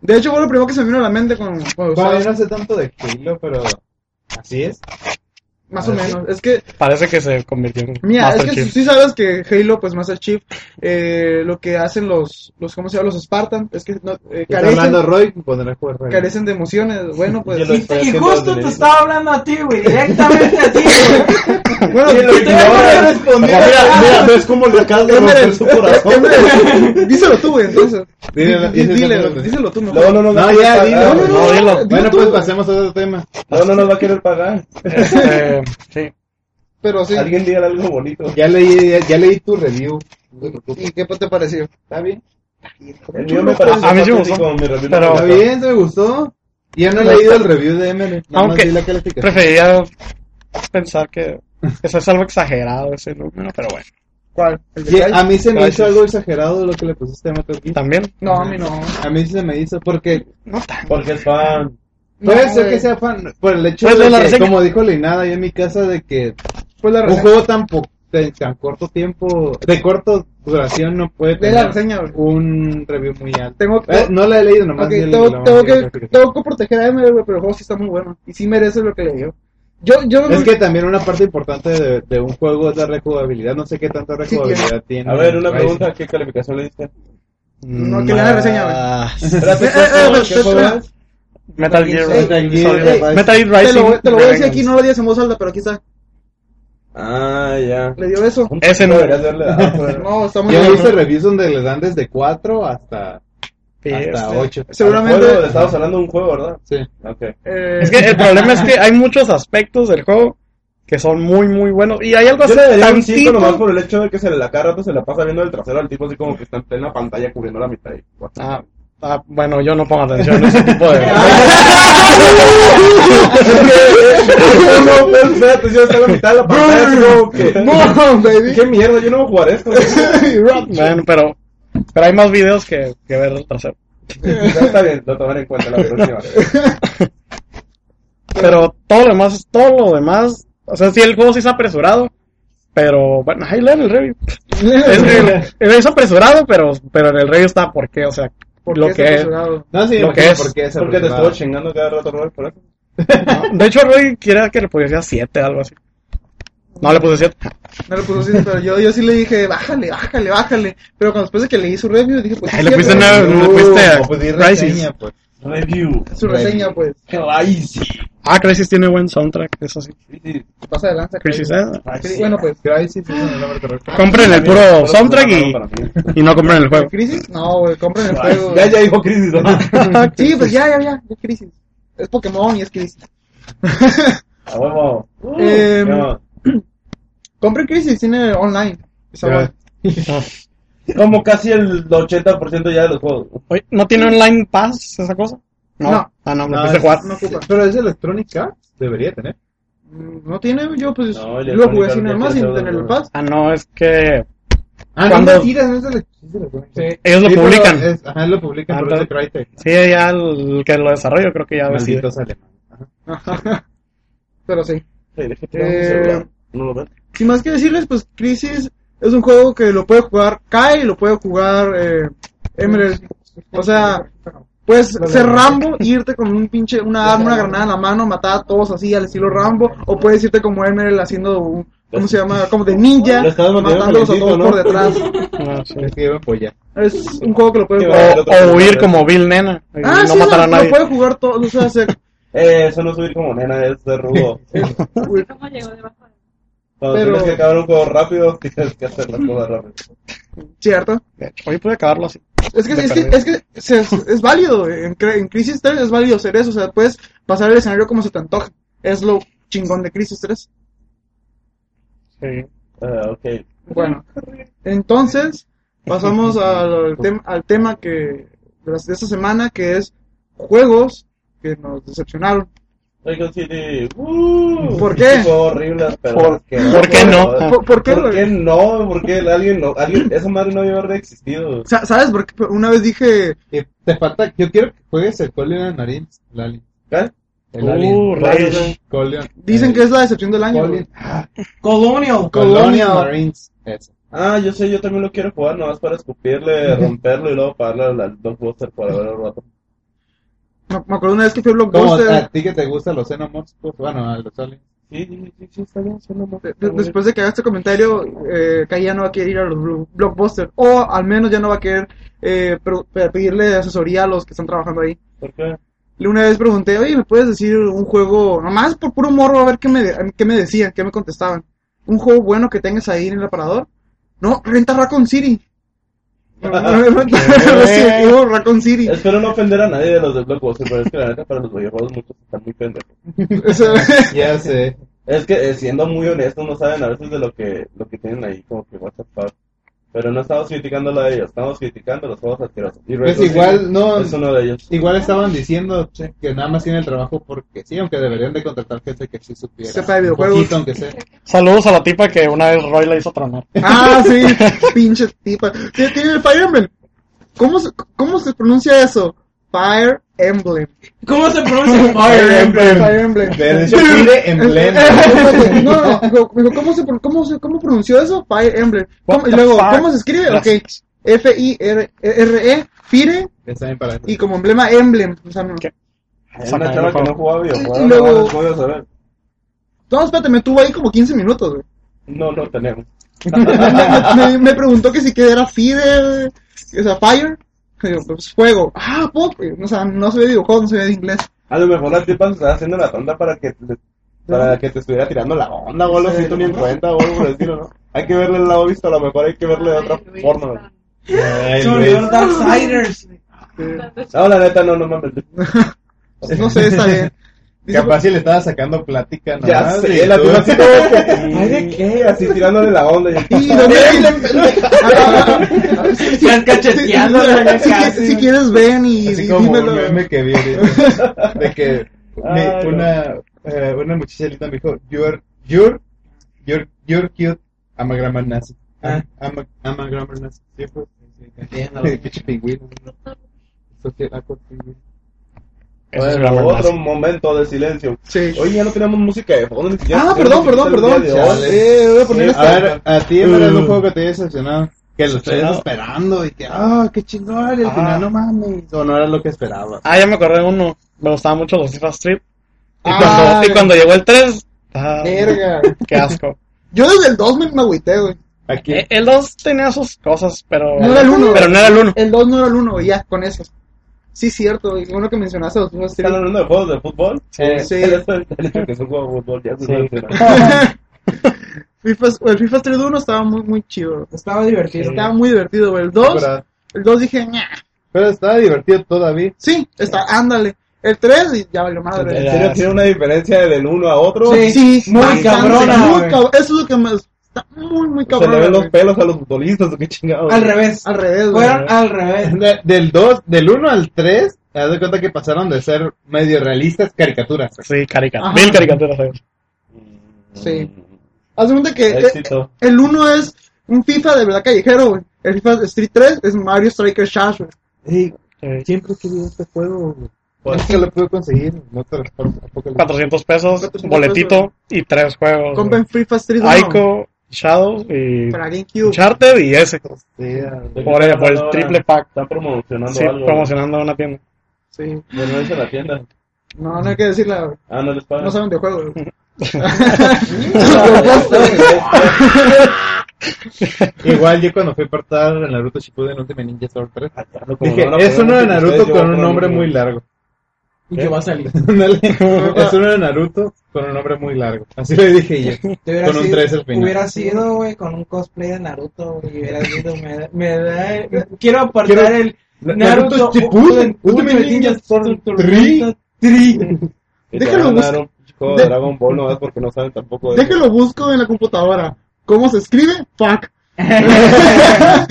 Speaker 2: De hecho, fue lo primero que se me vino a la mente con, cuando
Speaker 6: Bueno,
Speaker 2: estaba-
Speaker 6: yo no sé tanto de estilo, pero así es.
Speaker 2: más o
Speaker 6: a ver.
Speaker 2: menos. Es que
Speaker 4: Parece que se convirtió en
Speaker 2: Mira,
Speaker 4: Master
Speaker 2: es que
Speaker 4: Chief.
Speaker 2: si sí sabes que Halo, pues Master Chief, eh, lo que hacen los, los, ¿cómo se llama? Los Spartans, es que no, eh,
Speaker 6: Está
Speaker 2: carecen,
Speaker 6: hablando Roy, pondré a jugar. Roy.
Speaker 2: carecen de emociones. Bueno, pues,
Speaker 3: Yo lo- estoy
Speaker 5: Y, y
Speaker 3: haciendo
Speaker 5: justo
Speaker 3: desde
Speaker 5: te
Speaker 3: el-
Speaker 5: estaba hablando a ti, güey, directamente a ti, güey.
Speaker 2: bueno,
Speaker 5: Y te voy a responder.
Speaker 3: Mira, mira, ves cómo le acabas de romper su corazón.
Speaker 2: Emerald, díselo tú, güey, entonces.
Speaker 6: Díselo,
Speaker 2: Dí- dí-
Speaker 6: díselo tú,
Speaker 2: díselo,
Speaker 6: güey.
Speaker 2: díselo tú mejor.
Speaker 3: Luego no nos va a
Speaker 6: No,
Speaker 3: querer
Speaker 6: ya,
Speaker 3: pagar.
Speaker 6: dilo.
Speaker 2: No, no, no,
Speaker 6: No,
Speaker 2: dilo.
Speaker 6: dilo. Bueno,
Speaker 2: tú,
Speaker 6: pues
Speaker 2: güey.
Speaker 6: pasemos a otro tema.
Speaker 3: Luego no nos va a querer pagar.
Speaker 4: Este, sí.
Speaker 2: Pero sí,
Speaker 3: Alguien dígale algo bonito.
Speaker 6: Ya leí, ya, ya leí tu review. No te preocupes.
Speaker 2: ¿y qué te pareció?
Speaker 6: ¿Está bien?
Speaker 3: El mío me pareció
Speaker 4: A mí sí me
Speaker 3: patético,
Speaker 4: gustó,
Speaker 3: mi review
Speaker 4: pero-
Speaker 3: no
Speaker 6: ¿Está
Speaker 3: me gustó.
Speaker 6: bien? ¿Te gustó? Ya no he leído el review de Emery. Nada más
Speaker 4: Aunque-
Speaker 6: di la calificación.
Speaker 4: Preferiría pensar que eso es algo exagerado ese número, pero bueno.
Speaker 2: ¿Cuál? ¿El de
Speaker 6: Y
Speaker 2: Kai?
Speaker 6: a mí se me
Speaker 4: Gracias.
Speaker 6: hizo algo exagerado lo que le pusiste a Metal Gear.
Speaker 4: También,
Speaker 2: No, a mí no.
Speaker 6: A mí sí se me hizo porque
Speaker 4: no tan.
Speaker 3: Porque es fan.
Speaker 6: puede
Speaker 2: No,
Speaker 6: ser
Speaker 2: güey.
Speaker 6: que sea fan por el hecho
Speaker 4: Pues,
Speaker 6: de
Speaker 4: de la
Speaker 6: que,
Speaker 4: reseña.
Speaker 6: como dijo Leinada ahí en mi casa, de que
Speaker 2: Pues la
Speaker 6: un
Speaker 2: reseña.
Speaker 6: juego tan, po- de tan corto tiempo, de corto duración, no puede
Speaker 2: Ve
Speaker 6: tener
Speaker 2: la reseña, güey.
Speaker 6: un review muy alto.
Speaker 2: Tengo que...
Speaker 6: Eh, no la he leído nomás.
Speaker 2: Ok,
Speaker 6: vi el-
Speaker 2: tengo,
Speaker 6: la-
Speaker 2: tengo
Speaker 6: la-
Speaker 2: que, tengo que proteger a Emerald, güey, pero el juego sí está muy bueno. Y sí merece lo que le dio. Yo, yo
Speaker 6: Es que también una parte importante de, de un juego es la rejugabilidad. No sé qué tanta
Speaker 2: Sí, tiene.
Speaker 6: rejugabilidad tiene.
Speaker 3: A ver, una
Speaker 6: Rise.
Speaker 3: pregunta, ¿qué calificación le diste?
Speaker 2: No, que lea la reseña, güey.
Speaker 3: Espérate,
Speaker 2: Eh, eh,
Speaker 3: ¿qué
Speaker 2: eh,
Speaker 3: juego
Speaker 2: eh,
Speaker 3: es?
Speaker 4: Metal Gear
Speaker 6: Metal
Speaker 4: Rising.
Speaker 6: Gear
Speaker 4: Sorry.
Speaker 6: Rising.
Speaker 4: Metal Gear
Speaker 2: Te
Speaker 4: Rising.
Speaker 2: lo, te lo voy a decir
Speaker 4: Revengeance.
Speaker 2: aquí, no lo digas en voz alta, pero aquí está.
Speaker 3: Ah, ya.
Speaker 2: Le dio eso.
Speaker 4: Ese no.
Speaker 3: Deberías darle ah, a-
Speaker 2: No, está muy
Speaker 6: Yo he visto
Speaker 2: bueno.
Speaker 6: reviews donde le dan desde 4 hasta, hasta
Speaker 4: Este.
Speaker 6: 8.
Speaker 2: Seguramente-
Speaker 3: Al juego, Estabas hablando de un juego, ¿verdad?
Speaker 6: Sí.
Speaker 3: Ok.
Speaker 2: Eh,
Speaker 4: Es que el problema es que hay muchos aspectos del juego que son muy, muy buenos. Y hay
Speaker 3: Yo
Speaker 4: algo así
Speaker 3: le daría un 5 nomás
Speaker 4: tantito.
Speaker 3: por el hecho de que se le la cada rato se la pasa viendo el trasero al tipo así como que está en plena pantalla cubriendo la mitad. y-
Speaker 4: Ah, ah, bueno, yo no pongo atención a ese tipo de.
Speaker 3: no, no, pero espérate, yo estoy en la mitad de la pantalla. así como que-
Speaker 2: No, baby.
Speaker 3: ¿Qué mierda? Yo no voy a jugar esto.
Speaker 4: bueno, pero, pero hay más videos que, que ver el trasero.
Speaker 3: está bien, lo tomaré en cuenta la próxima. vez.
Speaker 4: Pero todo lo demás, todo lo demás. O sea, sí, el juego sí es apresurado. Pero bueno, ahí leen el review. Es, que el- es apresurado, pero, pero en el review está por qué. O sea,
Speaker 2: ¿Por
Speaker 4: lo
Speaker 2: qué
Speaker 4: que
Speaker 2: está
Speaker 4: es.
Speaker 2: censurado?
Speaker 6: No, sí,
Speaker 4: Lo
Speaker 6: me
Speaker 4: que
Speaker 6: imagino
Speaker 4: es,
Speaker 6: por qué es
Speaker 3: Porque te
Speaker 6: apresurado.
Speaker 3: estuvo chingando cada rato, Robert, por eso.
Speaker 4: De hecho, Roy quería que le pusiera 7, algo así. No le puse 7.
Speaker 2: No le puso así, pero yo, yo sí le dije, bájale, bájale, bájale. Pero cuando después de que leí su review, dije, pues.
Speaker 4: Ay,
Speaker 2: sí,
Speaker 4: le pusiste
Speaker 2: cierto,
Speaker 4: una- le pusiste
Speaker 6: o pues di
Speaker 4: Crisis.
Speaker 6: reseña, pues.
Speaker 3: Review.
Speaker 2: Su reseña, pues.
Speaker 3: Crisis.
Speaker 4: Ah, Crisis tiene buen soundtrack, eso sí.
Speaker 2: Pasa de lanza.
Speaker 4: Crisis,
Speaker 2: creo.
Speaker 4: eh.
Speaker 2: Sí, Bueno, pues.
Speaker 6: Crisis es el nombre correcto.
Speaker 4: Compren el
Speaker 3: Ah,
Speaker 4: puro soundtrack y, y no compren el juego.
Speaker 2: ¿Crisis? No, güey, compren el juego.
Speaker 3: Ya, ya dijo Crisis, ¿no?
Speaker 2: Sí, pues ya, ya, ya, ya, crisis. Es Pokémon y es crisis.
Speaker 3: A huevo.
Speaker 2: Eh,
Speaker 4: Em,
Speaker 3: No.
Speaker 2: Compren crisis, tiene online. Está bueno.
Speaker 3: Como casi el 80% ya de los juegos.
Speaker 4: Oye, ¿no tiene online pass esa cosa?
Speaker 2: No.
Speaker 4: Ah, no, me
Speaker 6: No,
Speaker 4: empecé a
Speaker 6: es-
Speaker 4: jugar.
Speaker 2: No ocupa.
Speaker 6: Pero es Electronic Arts, debería tener.
Speaker 2: Mm, No tiene, yo pues
Speaker 3: No, el
Speaker 2: yo lo jugué
Speaker 3: Electronic
Speaker 2: así nada
Speaker 3: Arts
Speaker 2: más
Speaker 3: ya
Speaker 2: sin
Speaker 3: está
Speaker 2: tener el
Speaker 3: bueno.
Speaker 2: pad.
Speaker 4: Ah, no, es que
Speaker 6: Ah,
Speaker 4: Cuando-
Speaker 6: no mentiras, no es Elec- es Electronic. Arts.
Speaker 5: Sí.
Speaker 4: ellos lo
Speaker 6: Sí, pero
Speaker 4: publican.
Speaker 6: es- ajá, lo publican
Speaker 4: Ah,
Speaker 6: por
Speaker 4: entonces-
Speaker 6: ese Crytek.
Speaker 4: Sí, ya el que lo desarrollo creo que ya decide.
Speaker 6: Malditos alemanes. Ajá.
Speaker 2: Pero sí.
Speaker 3: Sí, déjate,
Speaker 2: Eh,
Speaker 3: mi celular. No lo ves.
Speaker 2: Sin más que decirles, pues Crisis es un juego que lo puede jugar Kai, lo puede jugar eh, Emerald. O sea, puedes ser Rambo, e irte con un pinche, una arma, una granada en la mano, matar a todos así al estilo Rambo, o puedes irte como Emerald haciendo un, ¿cómo se llama? Como de ninja,
Speaker 3: Lo estás manteniendo
Speaker 2: matándolos a todos
Speaker 3: calentito,
Speaker 2: por
Speaker 3: ¿no?
Speaker 2: detrás.
Speaker 4: Ah, sí.
Speaker 6: Es que yo me apoyé.
Speaker 2: Es un juego que lo puedes
Speaker 3: Qué
Speaker 2: jugar.
Speaker 3: bueno.
Speaker 4: O, o huir como Bill Nena y
Speaker 2: Ah,
Speaker 4: no
Speaker 2: sí,
Speaker 4: matar a
Speaker 2: lo, lo
Speaker 4: nadie.
Speaker 2: puede jugar todo, o sea, se-
Speaker 3: Eh, eso no es subir como nena, es de rudo.
Speaker 7: ¿Cómo llegó debajo de
Speaker 3: Cuando
Speaker 2: Pero-
Speaker 3: tienes que acabar un juego rápido, tienes que hacer las cosas rápido.
Speaker 2: cierto.
Speaker 4: De hecho, Oye, pude acabarlo así.
Speaker 2: Es que,
Speaker 4: De
Speaker 2: es que,
Speaker 4: perdido.
Speaker 2: es, que se- es, es válido, en, cre- en Crisis 3 es válido hacer eso, o sea, puedes pasar el escenario como se te antoje. Es lo chingón de Crisis 3.
Speaker 4: Sí.
Speaker 3: Ah, ok.
Speaker 2: Bueno, entonces pasamos al, tem- al tema que de, las- de esta semana, que es juegos que nos decepcionaron.
Speaker 3: Oigan, City. ¡Uh!
Speaker 2: ¿Por qué?
Speaker 3: Fue horrible, pero.
Speaker 4: ¿Por-
Speaker 3: es que-
Speaker 4: por qué no?
Speaker 2: ¿Por, por qué?
Speaker 3: Ah, ¿Por
Speaker 2: güey?
Speaker 3: qué no? ¿Por qué alguien no? Alguien, esa madre no debió haber existido.
Speaker 2: Sa- ¿Sabes? Porque una vez dije,
Speaker 6: Y Te falta, yo quiero que juegues el Colion Narin, el Alien.
Speaker 3: ¿Eh?
Speaker 6: El
Speaker 4: Uh,
Speaker 6: Alien.
Speaker 4: rayos.
Speaker 6: Colion.
Speaker 2: dicen que es la decepción del año. güey.
Speaker 6: Colion.
Speaker 5: Colonial.
Speaker 6: Colonia Marines. Eso.
Speaker 3: Ah, yo sé, yo también lo quiero jugar, nomás para escupirle, romperlo y luego pagarle al- al Blockbuster para ver el rato.
Speaker 2: Me, me acuerdo una vez que fui a
Speaker 6: Como
Speaker 2: Blockbuster.
Speaker 3: ah,
Speaker 6: a ti que te gustan los Xenomorphs, pues, bueno, a los aliens.
Speaker 3: Sí, sí, sí, sí, está bien, suena más.
Speaker 2: De- de- después de que haga este comentario, eh, Kai ya no va a querer ir a los blo- blockbusters. O al menos ya no va a querer eh, pro- pe- pedirle asesoría a los que están trabajando ahí.
Speaker 3: ¿Por qué?
Speaker 2: Le Una vez pregunté, oye, ¿me puedes decir un juego? Nomás por puro morro, a ver qué me, de- qué me decían, qué me contestaban. ¿Un juego bueno que tengas ahí en el aparador? No, renta Raccoon City. No, no, no, no, sí, digo Raccoon City.
Speaker 3: Ah, Espero no ofender a nadie de los de Blockbuster, pero es que la neta para los videojuegos muchos están muy pendejos.
Speaker 2: O sea,
Speaker 6: Ya sé.
Speaker 3: Es que eh, siendo muy honestos no saben a veces de lo que, lo que tienen ahí, como que what the fuck. Pero no estamos criticando a ellos, estamos criticando los juegos asquerosos. Y
Speaker 6: Pues
Speaker 3: Retro
Speaker 6: igual,
Speaker 3: City
Speaker 6: no.
Speaker 3: Es uno de ellos.
Speaker 6: Igual estaban diciendo que nada más tiene el trabajo porque sí, aunque deberían de contratar gente que sí supiera.
Speaker 2: Sepa de
Speaker 6: Un
Speaker 2: videojuegos.
Speaker 6: poquito, aunque sea.
Speaker 4: Saludos a la tipa que una vez Roy la hizo tronar.
Speaker 2: Ah, sí, pinche tipa. Tiene tiene el Fire Emblem. ¿Cómo se, ¿Cómo se pronuncia eso? Fire Emblem.
Speaker 5: ¿Cómo se pronuncia?
Speaker 2: Fire
Speaker 4: Emblem.
Speaker 2: Fire Emblem.
Speaker 6: Pero de hecho pide emblema.
Speaker 2: No, no, dijo- dijo, ¿cómo se, pro- cómo se- cómo pronunció eso? Fire Emblem.
Speaker 4: What
Speaker 2: ¿Cómo- y
Speaker 4: the
Speaker 2: luego,
Speaker 4: fuck?
Speaker 2: ¿cómo se escribe? Ok, F-I-R-E, Fire,
Speaker 6: Ya saben para
Speaker 2: y como emblema, Emblem. O sea, no.
Speaker 4: ¿Qué?
Speaker 3: Es una chava que no jugaba videojuegos,
Speaker 2: Y luego-
Speaker 3: no, no voy a saber.
Speaker 2: No, espérate, me tuvo ahí como 15 minutos, güey.
Speaker 3: No, no tenemos.
Speaker 2: me, me- me preguntó que si que era Fire, o sea, Fire. Y yo, pues, fuego. Ah, poco. O sea, no se ve videojuegos, no se ve de inglés.
Speaker 3: A lo mejor la tipa se estaba haciendo la tonta para que te, para que te estuviera tirando la onda o algo así, tú ni en cuenta o algo por el estilo, ¿no? Hay que verle el lado visto, a lo mejor hay que verle de otra forma. ¿no?
Speaker 5: Se me olvidó los Darksiders.
Speaker 3: No, la neta, no, no mames.
Speaker 2: No sé, está bien. Dice,
Speaker 6: Capaz si le estaba sacando plática.
Speaker 3: Ya
Speaker 6: nomás,
Speaker 3: sé,
Speaker 6: y
Speaker 3: la
Speaker 6: tú-
Speaker 3: tipa así como que, ay, ¿de qué? Así tirándole la onda. y-
Speaker 2: ¿Y dónde
Speaker 5: Estás cacheteándola ya
Speaker 2: Si-
Speaker 5: casi.
Speaker 2: Si, si quieres, ven y
Speaker 6: Así
Speaker 2: di-
Speaker 6: como
Speaker 2: dímelo.
Speaker 6: un meme que vi ahorita, de que me-
Speaker 3: Ay, no.
Speaker 6: una, eh, una muchacha linda me dijo, you're, you're, you're, you're cute, I'm a grammar nazi. I'm, I'm a, I'm a grammar nazi. Sí, pues. Qué pinche pingüino. que la cortina.
Speaker 4: Ese es
Speaker 3: Bueno,
Speaker 4: Grammar
Speaker 3: otro
Speaker 4: Nazi.
Speaker 3: momento de silencio.
Speaker 2: Sí.
Speaker 3: Oye, ya no tenemos música de fondo. ni siquiera
Speaker 2: ah, perdón,
Speaker 3: tenemos
Speaker 2: perdón,
Speaker 3: música
Speaker 2: perdón.
Speaker 3: el día de hoy.
Speaker 2: Eh, voy a poner
Speaker 6: A
Speaker 2: esta.
Speaker 6: ver, a ti en
Speaker 4: Mm.
Speaker 6: verdad es un juego que te haya decepcionado. Que lo estés
Speaker 4: Decepcionado.
Speaker 6: esperando y que, ah, qué chingón, y al
Speaker 4: Ah.
Speaker 6: final no mames. O no era lo que esperaba.
Speaker 4: Ah, ya me acordé de uno. Me gustaba mucho los FIFA Street. Y,
Speaker 2: Ah,
Speaker 4: cuando, y
Speaker 2: eh.
Speaker 4: cuando llegó el 3, ah,
Speaker 2: Verga.
Speaker 4: qué asco.
Speaker 2: Yo desde el 2 me, me agüité, güey.
Speaker 6: Aquí.
Speaker 4: Eh, El 2 tenía sus cosas, pero.
Speaker 2: No era el uno.
Speaker 4: Pero no era el 1.
Speaker 2: El 2 no era el 1, ya, con eso. Sí, cierto, güey. Uno que mencionaste, los unos
Speaker 3: ¿Están hablando de juegos de fútbol?
Speaker 4: Sí.
Speaker 3: Eh,
Speaker 2: Sí.
Speaker 3: El hecho- el hecho que es un juego de fútbol ya se
Speaker 4: Sí.
Speaker 3: sabe que no.
Speaker 2: FIFA, el FIFA 3-1 estaba muy, muy chido. güey.
Speaker 5: Estaba divertido.
Speaker 2: Estaba muy divertido, güey. El 2,
Speaker 6: Pero,
Speaker 2: el 2 dije, ña.
Speaker 6: pero estaba divertido todavía.
Speaker 2: Sí, está, ándale. El 3 y ya valió madre.
Speaker 3: ¿En serio tiene una diferencia del uno a otro?
Speaker 5: Sí. muy
Speaker 2: bastante,
Speaker 5: cabrona,
Speaker 2: muy
Speaker 5: güey.
Speaker 2: cab- Eso es lo que me. Está muy, muy
Speaker 3: Se le
Speaker 2: cabrón.
Speaker 3: ven los pelos a los futbolistas, ¿o qué chingado.
Speaker 5: Al revés.
Speaker 2: Al revés, güey.
Speaker 5: Fueron al revés.
Speaker 6: De- del 2, del 1 al 3, te das de cuenta que pasaron de ser medio realistas caricaturas.
Speaker 4: Sí, caricatura.
Speaker 2: Ajá.
Speaker 4: Mil caricaturas. güey.
Speaker 2: Sí. Haz de cuenta que eh,
Speaker 3: Mm, Éxito.
Speaker 2: el 1 es un FIFA de verdad callejero, güey. El FIFA Street 3 es Mario Striker Shash, güey.
Speaker 4: Sí.
Speaker 6: Siempre he querido este juego. güey. Nunca lo pude conseguir. No te lo tampoco lo-
Speaker 4: 400 pesos,
Speaker 2: 400
Speaker 4: boletito y tres juegos. güey.
Speaker 2: Compren FIFA Street 1
Speaker 4: Aiko, Shadow y
Speaker 2: para GameCube.
Speaker 4: Uncharted y ese.
Speaker 6: Sí, ah,
Speaker 3: ¿De qué
Speaker 4: Por el-
Speaker 3: están
Speaker 4: por el
Speaker 3: hablando
Speaker 4: triple
Speaker 3: ahora?
Speaker 4: pack.
Speaker 3: Están promocionando
Speaker 4: Sí,
Speaker 3: algo.
Speaker 4: promocionando una tienda.
Speaker 2: Sí.
Speaker 3: Bueno, no es en la tienda.
Speaker 2: No, no hay que decirla, güey.
Speaker 3: Ah, no les pagan.
Speaker 2: No saben de juego, güey.
Speaker 6: Igual yo cuando fui portado en Naruto Shippuden Ultimate Ninja Storm 3,
Speaker 3: Como
Speaker 6: dije,
Speaker 3: no van a
Speaker 6: es
Speaker 3: poner
Speaker 6: uno de
Speaker 3: antes que
Speaker 6: Naruto
Speaker 3: ustedes, yo voy a
Speaker 6: con un
Speaker 3: poner
Speaker 6: nombre
Speaker 3: uno.
Speaker 6: muy largo.
Speaker 5: Y que va a salir.
Speaker 6: Ándale. es uno de Naruto con un nombre muy largo. Así le dije yo.
Speaker 5: Te hubiera
Speaker 6: Con un
Speaker 5: sido-
Speaker 6: tres al final.
Speaker 5: Hubiera sido, güey, con un cosplay de Naruto, güey, y hubiera sido, me da, me da- quiero aportar
Speaker 6: Quiero-
Speaker 5: el
Speaker 6: Naruto
Speaker 5: Naruto
Speaker 6: Shippuden,
Speaker 5: Ultimate
Speaker 6: Ultimate Ninja
Speaker 5: Storm
Speaker 6: Three.
Speaker 5: Tormenta Three.
Speaker 3: Y te
Speaker 2: Déjalo
Speaker 3: van a
Speaker 2: buscar.
Speaker 3: dar un juego de
Speaker 2: De-
Speaker 3: Dragon Ball, no es porque no saben tampoco. de-
Speaker 2: Déjalo busco en la computadora. ¿Cómo se escribe? Fuck. letra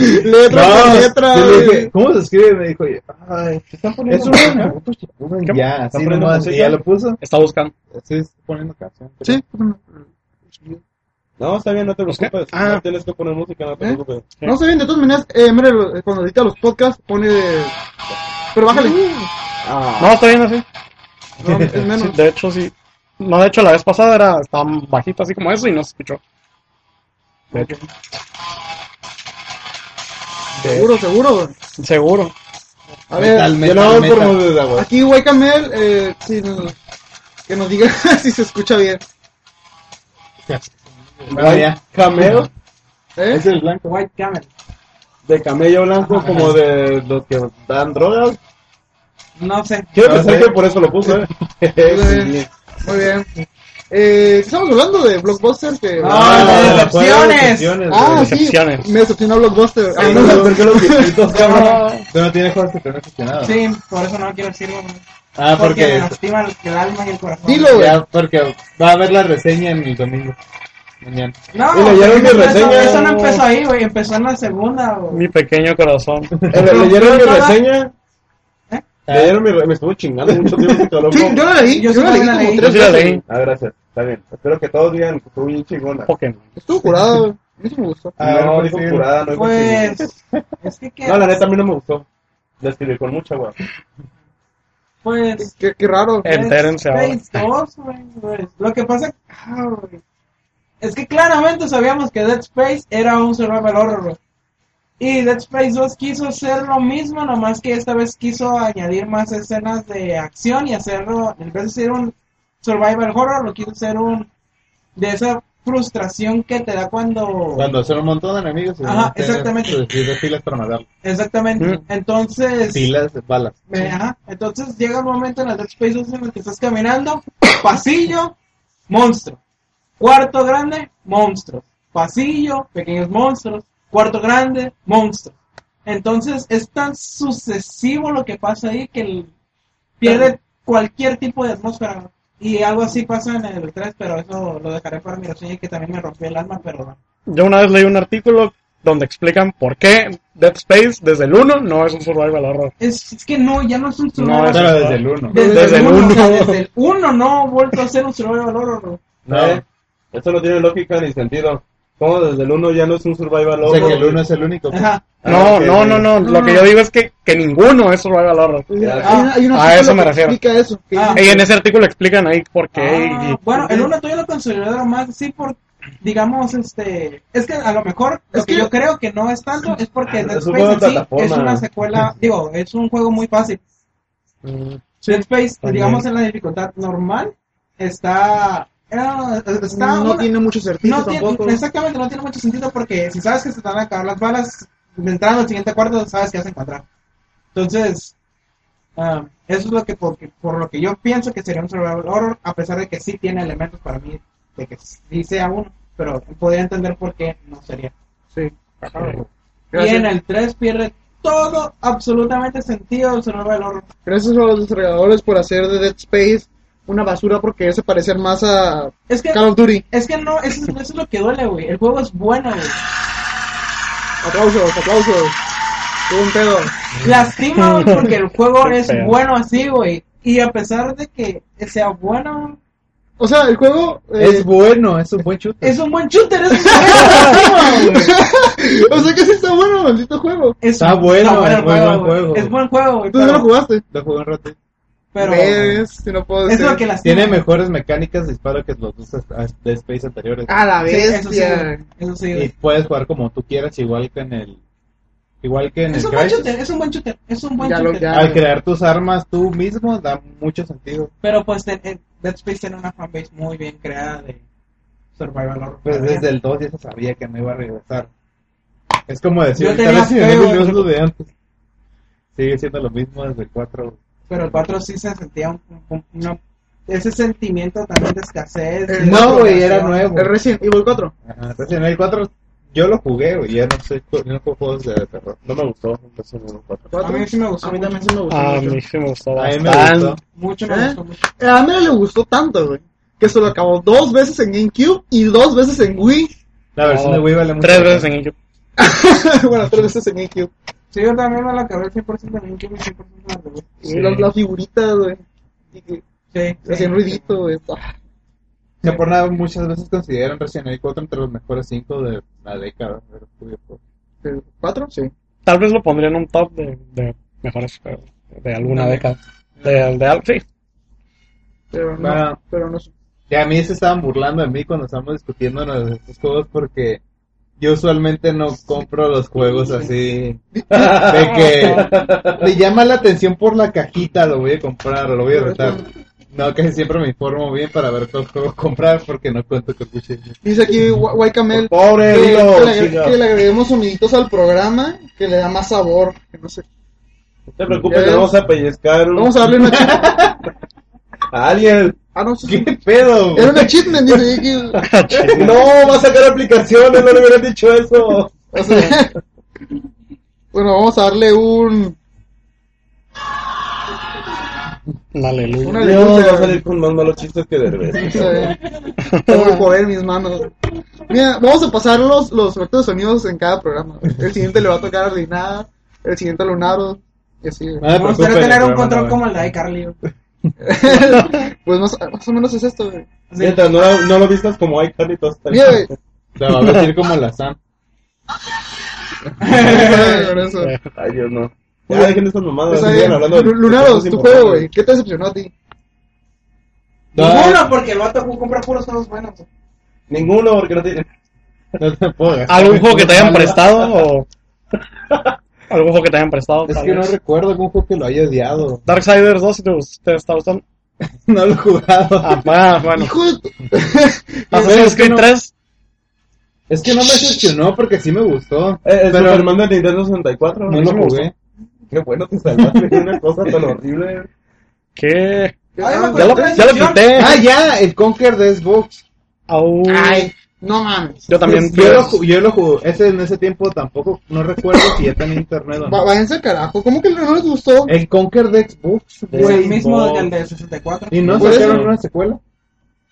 Speaker 2: por
Speaker 6: No,
Speaker 2: letra,
Speaker 6: sí le
Speaker 2: güey.
Speaker 6: dije, ¿Cómo se escribe? Me dijo, yo, ay, es uno de Naruto
Speaker 4: ¿Qué?
Speaker 6: Shippuden. Ya,
Speaker 3: ¿Está
Speaker 6: así
Speaker 3: poniendo
Speaker 6: nomás.
Speaker 3: música?
Speaker 6: y Ya lo puso.
Speaker 4: Está buscando.
Speaker 6: Así es, poniendo canción.
Speaker 2: Sí.
Speaker 3: No, está bien, no te preocupes.
Speaker 4: Ah.
Speaker 3: No tienes que poner música, no te
Speaker 2: ¿Eh?
Speaker 3: preocupes.
Speaker 2: No sé bien, de todas maneras, eh, mira, lo- cuando edita los podcasts pone. Pero bájale.
Speaker 6: Uh.
Speaker 4: No, está bien así.
Speaker 2: No, es menos.
Speaker 4: Sí, de hecho, sí. No, de hecho, la vez pasada era, estaba bajita así como eso y no se escuchó. De hecho.
Speaker 2: Seguro, seguro. güey.
Speaker 4: Seguro.
Speaker 2: A ver,
Speaker 3: Yo no voy por música, güey.
Speaker 2: aquí Guaycamel, eh, si nos- que nos diga si se escucha bien.
Speaker 6: Ah, ya.
Speaker 3: Cameo,
Speaker 2: ¿Eh?
Speaker 6: Es el blanco.
Speaker 5: White Camel.
Speaker 3: de camello blanco, como de los que dan drogas.
Speaker 5: No sé.
Speaker 3: Quiero
Speaker 6: No
Speaker 3: pensar
Speaker 6: sé.
Speaker 3: que por eso lo puse. ¿eh?
Speaker 2: Eh, Muy bien. Eh, estamos hablando de Blockbuster. Que...
Speaker 5: Ah,
Speaker 6: Ah,
Speaker 5: de
Speaker 6: la
Speaker 5: decepciones.
Speaker 6: juega de decepciones,
Speaker 2: Ah,
Speaker 6: güey.
Speaker 2: sí.
Speaker 4: decepciones.
Speaker 2: Me decepcionó Blockbuster. Ah,
Speaker 3: Ay,
Speaker 2: no,
Speaker 3: no sé por qué los viejitos, cabrón.
Speaker 6: Tú no tienes juegos que te han decepcionado.
Speaker 5: Sí, por eso no quiero decirlo. güey.
Speaker 6: Ah,
Speaker 5: Porque me
Speaker 6: porque,
Speaker 5: lastima el, el alma y el corazón.
Speaker 2: Dilo, güey.
Speaker 6: ya, porque va a haber la reseña en el domingo. Mañana.
Speaker 5: No,
Speaker 3: Y leyeron mi
Speaker 5: eso-
Speaker 3: reseña.
Speaker 5: Eso no empezó ahí, güey. Empezó en la segunda, güey.
Speaker 4: Mi pequeño corazón.
Speaker 3: Eh, le- ¿Leyeron mi reseña?
Speaker 5: ¿Eh?
Speaker 6: Ah.
Speaker 3: Leyeron mi re- Me estuvo chingando mucho tiempo este loco.
Speaker 2: Sí, yo la leí.
Speaker 5: Yo
Speaker 2: Yo, la
Speaker 5: sí
Speaker 2: leí
Speaker 5: la
Speaker 2: como
Speaker 5: leí.
Speaker 4: Yo
Speaker 2: tres
Speaker 4: sí la
Speaker 2: veces.
Speaker 4: leí.
Speaker 3: Ah, gracias. Está bien. Espero que todos digan que estuvo bien chingona. Ah,
Speaker 4: Pokémon.
Speaker 2: Estuvo curado. güey. A mí sí me gustó.
Speaker 6: A ver,
Speaker 3: no,
Speaker 6: pues,
Speaker 3: dijo
Speaker 6: sí.
Speaker 3: curada, no dijo chingona.
Speaker 5: Pues. Es que, ¿qué?
Speaker 3: No, la neta a mí no me gustó. La escribí con mucha agua.
Speaker 5: Pues.
Speaker 2: Qué, qué raro.
Speaker 4: Eh. Entérense ahora.
Speaker 5: Space Ghost, güey, güey. Lo que pasa ah, güey. es que claramente sabíamos que Dead Space era un survival horror. güey. Y Dead Space 2 quiso hacer lo mismo, nomás que esta vez quiso añadir más escenas de acción y hacerlo, en vez de ser un survival horror, lo quiso hacer un... de esa frustración que te da cuando...
Speaker 6: Cuando son un montón de eh, enemigos. y
Speaker 5: Ajá,
Speaker 6: no tienes
Speaker 5: exactamente.
Speaker 6: suficientes pilas para matarlos.
Speaker 5: Exactamente.
Speaker 4: Mm.
Speaker 5: Entonces...
Speaker 6: Pilas, balas.
Speaker 5: Eh, ajá. Entonces llega un momento en las Dead Space 2 en el que estás caminando, pasillo, monstruo. Cuarto grande, monstruos. Pasillo, pequeños monstruos. Cuarto grande, monstruos. Entonces es tan sucesivo lo que pasa ahí que el- pierde cualquier tipo de atmósfera. Y algo así pasa en el 3, pero eso lo dejaré para mi reseña que también me rompió el alma, pero...
Speaker 4: Yo una vez leí un artículo donde explican por qué Dead Space desde el 1 no es un survival horror.
Speaker 5: Es, es que no, ya no es un
Speaker 4: No,
Speaker 5: survival.
Speaker 4: es-
Speaker 6: Pero desde el 1.
Speaker 5: desde,
Speaker 4: desde
Speaker 5: el
Speaker 4: el
Speaker 5: 1
Speaker 4: uno.
Speaker 5: desde el 1 no ha vuelto a ser un survival horror.
Speaker 6: No.
Speaker 3: Eh, Esto no tiene lógica ni sentido. ¿Cómo desde el 1 ya no es un survival
Speaker 6: O
Speaker 3: horror?
Speaker 6: sea que el uno es el único.
Speaker 5: Ajá.
Speaker 4: No,
Speaker 3: ok,
Speaker 4: no, no,
Speaker 3: ok.
Speaker 4: no. Lo que yo digo es que, que ninguno es survival horror.
Speaker 2: Hay una- hay un
Speaker 4: A
Speaker 2: artículo
Speaker 4: eso me
Speaker 2: que
Speaker 4: refiero.
Speaker 2: Explica eso. que
Speaker 5: Ah.
Speaker 4: Y en ese artículo explican ahí por qué. y-
Speaker 5: Ah, bueno, el uno todavía lo consideraron más, sí, por, digamos, este, es que a lo mejor, lo
Speaker 2: Es
Speaker 5: que,
Speaker 2: que-
Speaker 5: yo creo que no es tanto, es porque Dead
Speaker 3: es un
Speaker 5: Space
Speaker 3: juego
Speaker 5: en
Speaker 3: de
Speaker 5: sí es
Speaker 3: plataforma.
Speaker 5: una secuela, digo, es un juego muy fácil.
Speaker 4: Mm.
Speaker 5: Dead Space, digamos, en la dificultad normal, está, era- está
Speaker 2: no
Speaker 5: una-
Speaker 2: tiene mucho sentido
Speaker 5: no tiene-
Speaker 2: tampoco.
Speaker 5: exactamente, no tiene mucho sentido porque si sabes que se te van a acabar las balas, entrando al siguiente cuarto sabes que vas a encontrar. Entonces, ah, eso es lo que por, por lo que yo pienso que sería un survival horror, a pesar de que sí tiene elementos para mí de que sí sea uno, pero podría entender por qué no sería.
Speaker 2: Sí.
Speaker 5: Y en
Speaker 2: Gracias.
Speaker 5: el 3 pierde todo absolutamente sentido el survival horror.
Speaker 2: Gracias a los desarrolladores por hacer de Dead Space una basura porque se parece más a
Speaker 5: Es que
Speaker 2: Call of Duty.
Speaker 5: es que no, eso, es- eso es lo que duele, güey. El juego es bueno, güey.
Speaker 2: Aplausos, aplausos. Tuvo un pedo.
Speaker 5: Lástima, güey, porque el juego
Speaker 4: Qué
Speaker 5: es
Speaker 4: feo.
Speaker 5: bueno así, güey. Y a pesar de que sea bueno,
Speaker 2: O sea, el juego. eh,
Speaker 6: Es bueno, es un buen chute.
Speaker 5: es un buen shooter, es un buen güey.
Speaker 2: o sea que sí está bueno, maldito juego.
Speaker 5: Es-
Speaker 6: Está bueno, es buen
Speaker 5: güey.
Speaker 6: juego.
Speaker 5: Es buen juego, güey.
Speaker 2: Tú no lo
Speaker 5: Pero,
Speaker 2: jugaste.
Speaker 6: Lo jugué un rato.
Speaker 5: pero
Speaker 2: Ves, si no puedo
Speaker 5: es lo
Speaker 2: ser.
Speaker 5: que lastima.
Speaker 6: Tiene mejores mecánicas de disparo que los dos a- a- de Space anteriores.
Speaker 2: A la
Speaker 5: Sí, eso sí,
Speaker 2: bestia.
Speaker 5: güey. eso sí,
Speaker 6: Y
Speaker 5: güey.
Speaker 6: puedes jugar como tú quieras, igual que en el. Igual que en
Speaker 5: Es
Speaker 6: el
Speaker 5: un buen
Speaker 6: Crash.
Speaker 5: shooter, es un buen shooter, es un buen
Speaker 2: Ya lo-
Speaker 5: shooter.
Speaker 2: ya.
Speaker 6: Al crear tus armas tú mismo da mucho sentido.
Speaker 5: Pero pues te- eh, Dead Space tiene una fanbase muy bien creada de Survival Horror.
Speaker 6: Pues desde el 2 ya se sabía que no iba a regresar. Es como decir,
Speaker 5: Yo
Speaker 6: tal
Speaker 5: tenía
Speaker 6: vez si
Speaker 5: fe,
Speaker 6: no
Speaker 5: güey.
Speaker 6: volvemos lo de antes. Sigue siendo lo mismo desde el 4.
Speaker 5: Pero el 4 sí se sentía un, un- una- ese sentimiento también de escasez.
Speaker 2: Eh,
Speaker 5: de
Speaker 6: No, güey, era
Speaker 5: exploración.
Speaker 6: nuevo.
Speaker 2: El Resident Evil 4.
Speaker 6: Ajá, Resident Evil 4 yo lo jugué, güey. Ya no sé, yo no juego juegos de terror.
Speaker 3: No me gustó. entonces no me gustó.
Speaker 5: A mí sí me gustó
Speaker 2: A mí
Speaker 5: mucho.
Speaker 2: también sí me gustó.
Speaker 6: ah,
Speaker 4: Ah, A
Speaker 2: mucho.
Speaker 4: mí sí me gustó
Speaker 6: A mí
Speaker 4: bastante.
Speaker 6: me gustó.
Speaker 5: Mucho
Speaker 2: ¿Eh?
Speaker 5: me gustó mucho.
Speaker 2: A mí le gustó tanto, güey. Que se lo acabó dos veces en GameCube y dos veces en Wii.
Speaker 6: La versión de Wii vale mucho.
Speaker 4: Tres veces en YouTube.
Speaker 2: bueno, tres veces en GameCube.
Speaker 5: Sí, yo también me la acabé 100% también, que me 100% la acabé.
Speaker 2: Y
Speaker 4: Sí.
Speaker 2: las, las figuritas, güey. Y que
Speaker 5: Sí, sí.
Speaker 2: Hacían ruidito, güey. Ah,
Speaker 6: Que por nada muchas veces consideran Resident Evil 4 entre los mejores 5 de la década. de los videojuegos.
Speaker 2: ¿El ¿Cuatro? Sí.
Speaker 4: Tal vez lo pondría en un top de, de mejores juegos de alguna década. De, de, al- sí.
Speaker 2: Pero no,
Speaker 6: Bueno.
Speaker 2: pero no sé.
Speaker 6: Ah. Y a mí se estaban burlando de mí cuando estábamos discutiendo de estos juegos porque yo usualmente no compro los juegos así. De que me llama la atención por la cajita, lo voy a comprar o lo voy a retar. No, casi siempre me informo bien para ver qué juego comprar porque no cuento con cuchillo.
Speaker 2: Dice aquí Gua- Guaycamel.
Speaker 3: Pobre
Speaker 2: que,
Speaker 3: Lilo,
Speaker 2: que le, agre-
Speaker 3: siga.
Speaker 2: que le agreguemos soniditos al programa que le da más sabor. que no sé.
Speaker 3: No te preocupes,
Speaker 2: Ya
Speaker 3: le
Speaker 2: ves.
Speaker 3: vamos a pellizcar un-
Speaker 2: Vamos a darle una chip.
Speaker 3: a alguien.
Speaker 2: Ah, no, sí, sí.
Speaker 6: ¿Qué pedo? güey?
Speaker 2: Era una chipman, dice. y que-
Speaker 3: No, va a sacar aplicaciones, no le hubieran dicho eso.
Speaker 2: o sea, bueno, vamos a darle un.
Speaker 4: Aleluya.
Speaker 2: Una
Speaker 3: No, va
Speaker 2: aleluya,
Speaker 3: a salir con más malos chistes que
Speaker 2: o
Speaker 3: Derbez.
Speaker 2: sea, Tengo eh, el poder en mis manos. Mira, vamos a pasar los, los efectos de sonidos en cada programa. El siguiente le va a tocar a Reinada, el siguiente a Lunaro, y así. güey.
Speaker 6: No me
Speaker 5: Me gustaría
Speaker 6: preocupen,
Speaker 5: tener un
Speaker 6: Ah, pero pues,
Speaker 5: control
Speaker 6: no,
Speaker 5: como el de iCarly. güey.
Speaker 2: Pues más, más o menos es esto, güey.
Speaker 3: Mientras no, lo- no lo vistas como hay carritos.
Speaker 2: Mira, güey.
Speaker 6: La va a vestir como la Sam.
Speaker 2: Por eso.
Speaker 3: Ay, Dios, no. Ya dejen esas mamadas.
Speaker 2: O sea,
Speaker 3: siguen hablando de- de
Speaker 2: Lunaros,
Speaker 3: cosas
Speaker 2: tu juego,
Speaker 3: importantes.
Speaker 2: güey. ¿Qué te decepcionó a ti?
Speaker 5: Ninguno, porque el vato compra puros juegos buenos. güey.
Speaker 3: Ninguno, porque no eh, tiene.
Speaker 6: No te puedo gastar.
Speaker 4: ¿Algún juego que te hayan prestado o algún juego que te hayan prestado?
Speaker 6: Es
Speaker 4: tal
Speaker 6: que no
Speaker 4: vez?
Speaker 6: recuerdo algún juego que lo haya odiado.
Speaker 4: Darksiders 2 si te, gust- te está gustando.
Speaker 6: No lo he jugado.
Speaker 4: Ah, ah, bueno.
Speaker 2: Hijo de tu-
Speaker 4: Assassin's Creed 3.
Speaker 6: Es que no me decepcionó porque sí me gustó.
Speaker 3: Eh, el
Speaker 6: pero
Speaker 3: Superman de Nintendo 64.
Speaker 6: no lo jugué.
Speaker 3: Qué bueno que salvaste de una cosa tan horrible.
Speaker 4: ¿Qué?
Speaker 5: Ay, me
Speaker 4: Ya
Speaker 5: acuerdo
Speaker 4: lo,
Speaker 5: de una
Speaker 4: ya lo
Speaker 5: decepción.
Speaker 4: quité.
Speaker 6: Ah, ya, el Conquer de Xbox.
Speaker 4: Au.
Speaker 2: Ay, no mames.
Speaker 4: yo también. pues,
Speaker 6: yo, lo, ju- yo lo jugué. Ese, en ese tiempo tampoco, no recuerdo si ya tenía internet o
Speaker 2: Va-
Speaker 6: no.
Speaker 2: váyanse al carajo. ¿Cómo que no les gustó?
Speaker 5: Eh,
Speaker 6: El Conquer de Xbox.
Speaker 5: Es
Speaker 6: güey.
Speaker 5: el mismo que el de 64.
Speaker 6: ¿Y no
Speaker 2: Por
Speaker 6: sacaron
Speaker 2: eso.
Speaker 6: una secuela?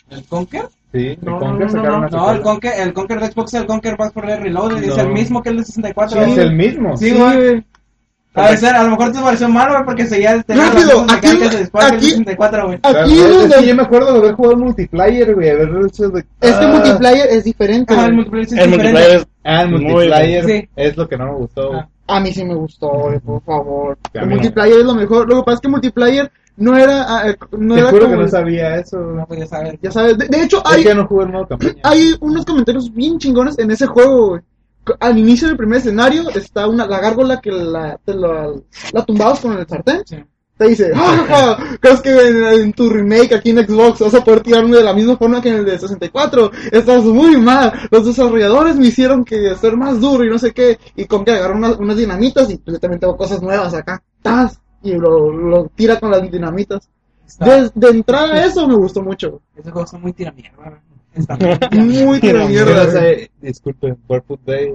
Speaker 5: ¿El Conker?
Speaker 6: Sí,
Speaker 2: No,
Speaker 6: el Conquer
Speaker 2: no, no,
Speaker 6: sacaron
Speaker 2: no,
Speaker 6: una
Speaker 5: No,
Speaker 6: secuela.
Speaker 5: el Conker, el Conker de Xbox, el Conker Back for the Reloaded. Es
Speaker 6: No.
Speaker 5: el mismo que el de 64.
Speaker 6: Sí, es
Speaker 5: güey.
Speaker 6: el mismo.
Speaker 5: Sí, güey. A ver, Sara, a lo mejor te pareció malo, güey, porque seguía el teléfono
Speaker 2: Rápido,
Speaker 5: de
Speaker 2: aquí-
Speaker 5: mecánica, se dispara el
Speaker 2: aquí-
Speaker 5: 64, güey.
Speaker 2: Aquí
Speaker 6: es
Speaker 2: es
Speaker 6: que
Speaker 2: donde
Speaker 6: yo me acuerdo de haber jugado multiplayer, güey. Haber hecho de...
Speaker 2: es que
Speaker 6: Ah.
Speaker 2: Este multiplayer es diferente.
Speaker 5: Ajá, Ah, el
Speaker 2: güey.
Speaker 5: multiplayer es
Speaker 4: El
Speaker 5: diferente.
Speaker 4: multiplayer es
Speaker 6: Ah, el
Speaker 4: Muy
Speaker 6: multiplayer
Speaker 5: bien. Sí.
Speaker 6: es lo que no me gustó. güey.
Speaker 5: Ah.
Speaker 2: A mí sí me gustó, güey, por favor.
Speaker 6: A
Speaker 2: El
Speaker 6: mí no.
Speaker 2: multiplayer es lo mejor. Lo que pasa es que multiplayer no era, ah, eh, no
Speaker 6: Te
Speaker 2: era
Speaker 6: juro
Speaker 2: como
Speaker 6: que no
Speaker 2: el-
Speaker 6: sabía eso. güey.
Speaker 5: No pues podía saber.
Speaker 2: Ya sabes, de, de hecho
Speaker 6: Es
Speaker 2: hay,
Speaker 6: que no jugué el modo campaña.
Speaker 2: hay unos comentarios bien chingones en ese juego, güey. Co- Al inicio del primer escenario está una la gárgola que la, te la, la tumbabas con el sartén.
Speaker 5: Sí.
Speaker 2: Te dice, "Ja, ja, ja, ¿crees que en, en tu remake aquí en Xbox vas a poder tirarme de la misma forma que en el de 64? Estás muy mal. Los desarrolladores me hicieron que ser más duro y no sé qué. Y con que agarrar unas, unas dinamitas y pues, yo también tengo cosas nuevas acá. ¡Tas! Y lo, lo tira con las dinamitas.
Speaker 5: Está-
Speaker 2: De, de entrada eso me gustó mucho. güey.
Speaker 5: Esos juegos son muy tiramierda, güey. Están muy tiramierda.
Speaker 2: Muy tira mierda.
Speaker 6: Pero,
Speaker 2: o sea,
Speaker 6: eh, disculpen, Purple Day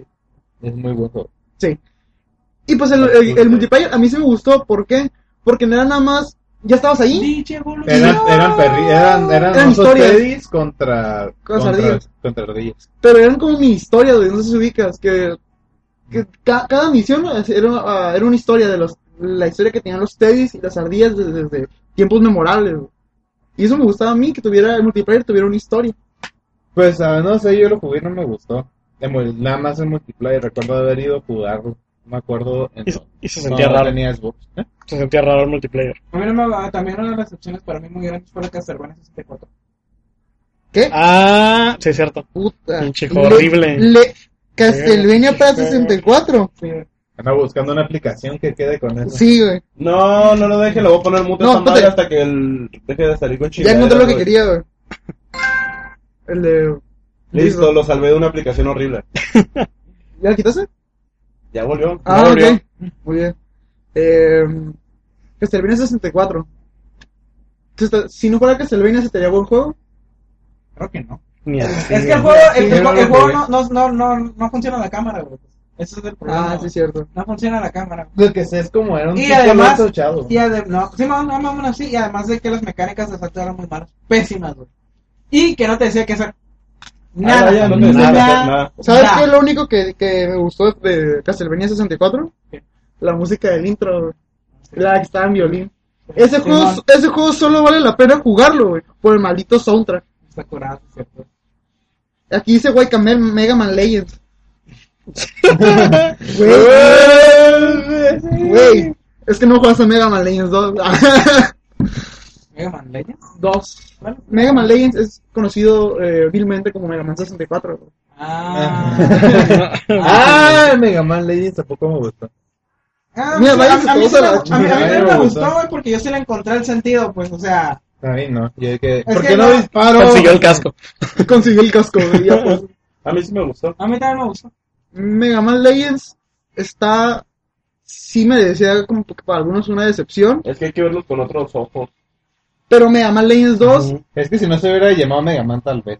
Speaker 6: es muy buen juego.
Speaker 2: Sí. Y pues el, el- el multiplayer a mí sí me gustó. ¿Por qué? Porque no era nada más. Ya estabas ahí.
Speaker 5: Pinche boludo.
Speaker 6: Eran, eran, perri- eran, eran,
Speaker 2: Eran
Speaker 6: osos
Speaker 2: historias.
Speaker 6: teddies contra,
Speaker 2: Con
Speaker 6: contra,
Speaker 2: ardillas.
Speaker 6: contra ardillas.
Speaker 2: Pero eran como mi historia, güey, No sé si ubicas. Que, que ca- cada misión era, ah, era una historia de los. La historia que tenían los teddies y las ardillas desde, desde tiempos memorables. güey. Y eso me gustaba a mí, que tuviera el multiplayer, tuviera una historia.
Speaker 6: Pues ah, no sé, yo lo jugué y no me gustó. De mul- Nada más en multiplayer, recuerdo haber ido a jugarlo. Me acuerdo. En,
Speaker 4: Y se- y se sentía
Speaker 6: no
Speaker 4: raro.
Speaker 6: tenía Xbox. ¿Eh?
Speaker 4: Se sentía raro el multiplayer.
Speaker 5: A mí no me va- También una de las opciones para mí muy grandes fue la Castlevania 64.
Speaker 2: ¿Qué?
Speaker 4: Ah, sí, es cierto.
Speaker 2: Puta.
Speaker 4: Pinche hijo horrible.
Speaker 2: Le, Castlevania para 64.
Speaker 5: Sí, güey.
Speaker 6: Andaba buscando una aplicación que quede con eso.
Speaker 2: Sí, güey.
Speaker 3: No, no lo deje, lo voy a poner mucho
Speaker 2: No,
Speaker 3: esta madre
Speaker 2: ponte.
Speaker 3: hasta que él deje de salir con
Speaker 2: Ya
Speaker 3: chingaderas,
Speaker 2: encontré lo que
Speaker 3: güey.
Speaker 2: quería, güey. El de.
Speaker 3: Listo, lo salvé de una aplicación horrible.
Speaker 2: ¿Ya lo quitaste?
Speaker 3: Ya volvió.
Speaker 2: Ah,
Speaker 3: Ya
Speaker 2: ok.
Speaker 3: volvió.
Speaker 2: Muy bien. Eh, Castlevania 64. Si esta- Si no fuera Castlevania, ¿se te haría buen juego?
Speaker 5: Creo que no.
Speaker 4: Ni así.
Speaker 5: Es que el juego, el,
Speaker 6: Sí,
Speaker 5: el
Speaker 6: no
Speaker 5: juego- el
Speaker 6: lo
Speaker 5: juego
Speaker 6: jugué.
Speaker 5: no, no, no, no, no funciona la cámara, güey. Ese es el problema.
Speaker 2: Ah, sí,
Speaker 5: güey.
Speaker 2: es cierto.
Speaker 5: No funciona la cámara. güey.
Speaker 6: Lo que sé Pues, es como era un
Speaker 5: Y
Speaker 6: tipo
Speaker 5: además,
Speaker 6: loco, chavo.
Speaker 5: y adem- no, sí, más, más o menos así, y además de que las mecánicas de salto eran muy malas, pésimas, güey. Y que no te decía que hacer nada,
Speaker 3: Ah, ya, no te decía
Speaker 5: nada,
Speaker 3: que hacer nada.
Speaker 2: ¿Sabes
Speaker 5: nada.
Speaker 2: qué es lo único que, que me gustó de Castlevania 64?
Speaker 5: ¿Qué?
Speaker 2: La música del intro, güey. La que estaba en violín. Ese
Speaker 5: Sí,
Speaker 2: juego,
Speaker 5: no,
Speaker 2: ese juego solo vale la pena jugarlo, güey, por el maldito soundtrack.
Speaker 5: está curado, ¿cierto?
Speaker 2: Aquí dice Waikamel Mega Man Legends. Güey, güey, es que no juegas a Mega Man Legends 2.
Speaker 5: Mega Man Legends,
Speaker 2: 2.
Speaker 5: ¿cuál?
Speaker 2: Mega Man Legends es conocido eh, vilmente como Mega Man 64. güey.
Speaker 5: Ah,
Speaker 6: ah, Mega Man Legends tampoco me gustó.
Speaker 5: ah,
Speaker 2: Mira,
Speaker 5: a-
Speaker 2: váyanse
Speaker 5: a, mí
Speaker 2: todos
Speaker 5: sí
Speaker 2: a
Speaker 5: me-
Speaker 2: la ¿eh?
Speaker 5: a mí- a mí
Speaker 6: chingada,
Speaker 5: me
Speaker 6: güey.
Speaker 5: gustó, güey, porque yo sí le encontré el sentido, pues, o sea,
Speaker 6: A mí no. Yo dije, ¿por
Speaker 5: que
Speaker 6: qué no
Speaker 5: no-
Speaker 6: disparo?
Speaker 4: Consiguió el casco.
Speaker 2: Consiguió el casco. güey, ya, pues.
Speaker 3: A mí sí me gustó.
Speaker 5: a mí también me gustó.
Speaker 2: Mega Man Legends está. Sí me decía como que para algunos una decepción.
Speaker 3: Es que hay que verlos con otros ojos.
Speaker 2: Pero Mega Man Legends 2.
Speaker 6: Es que si no se hubiera llamado Mega Man, tal vez.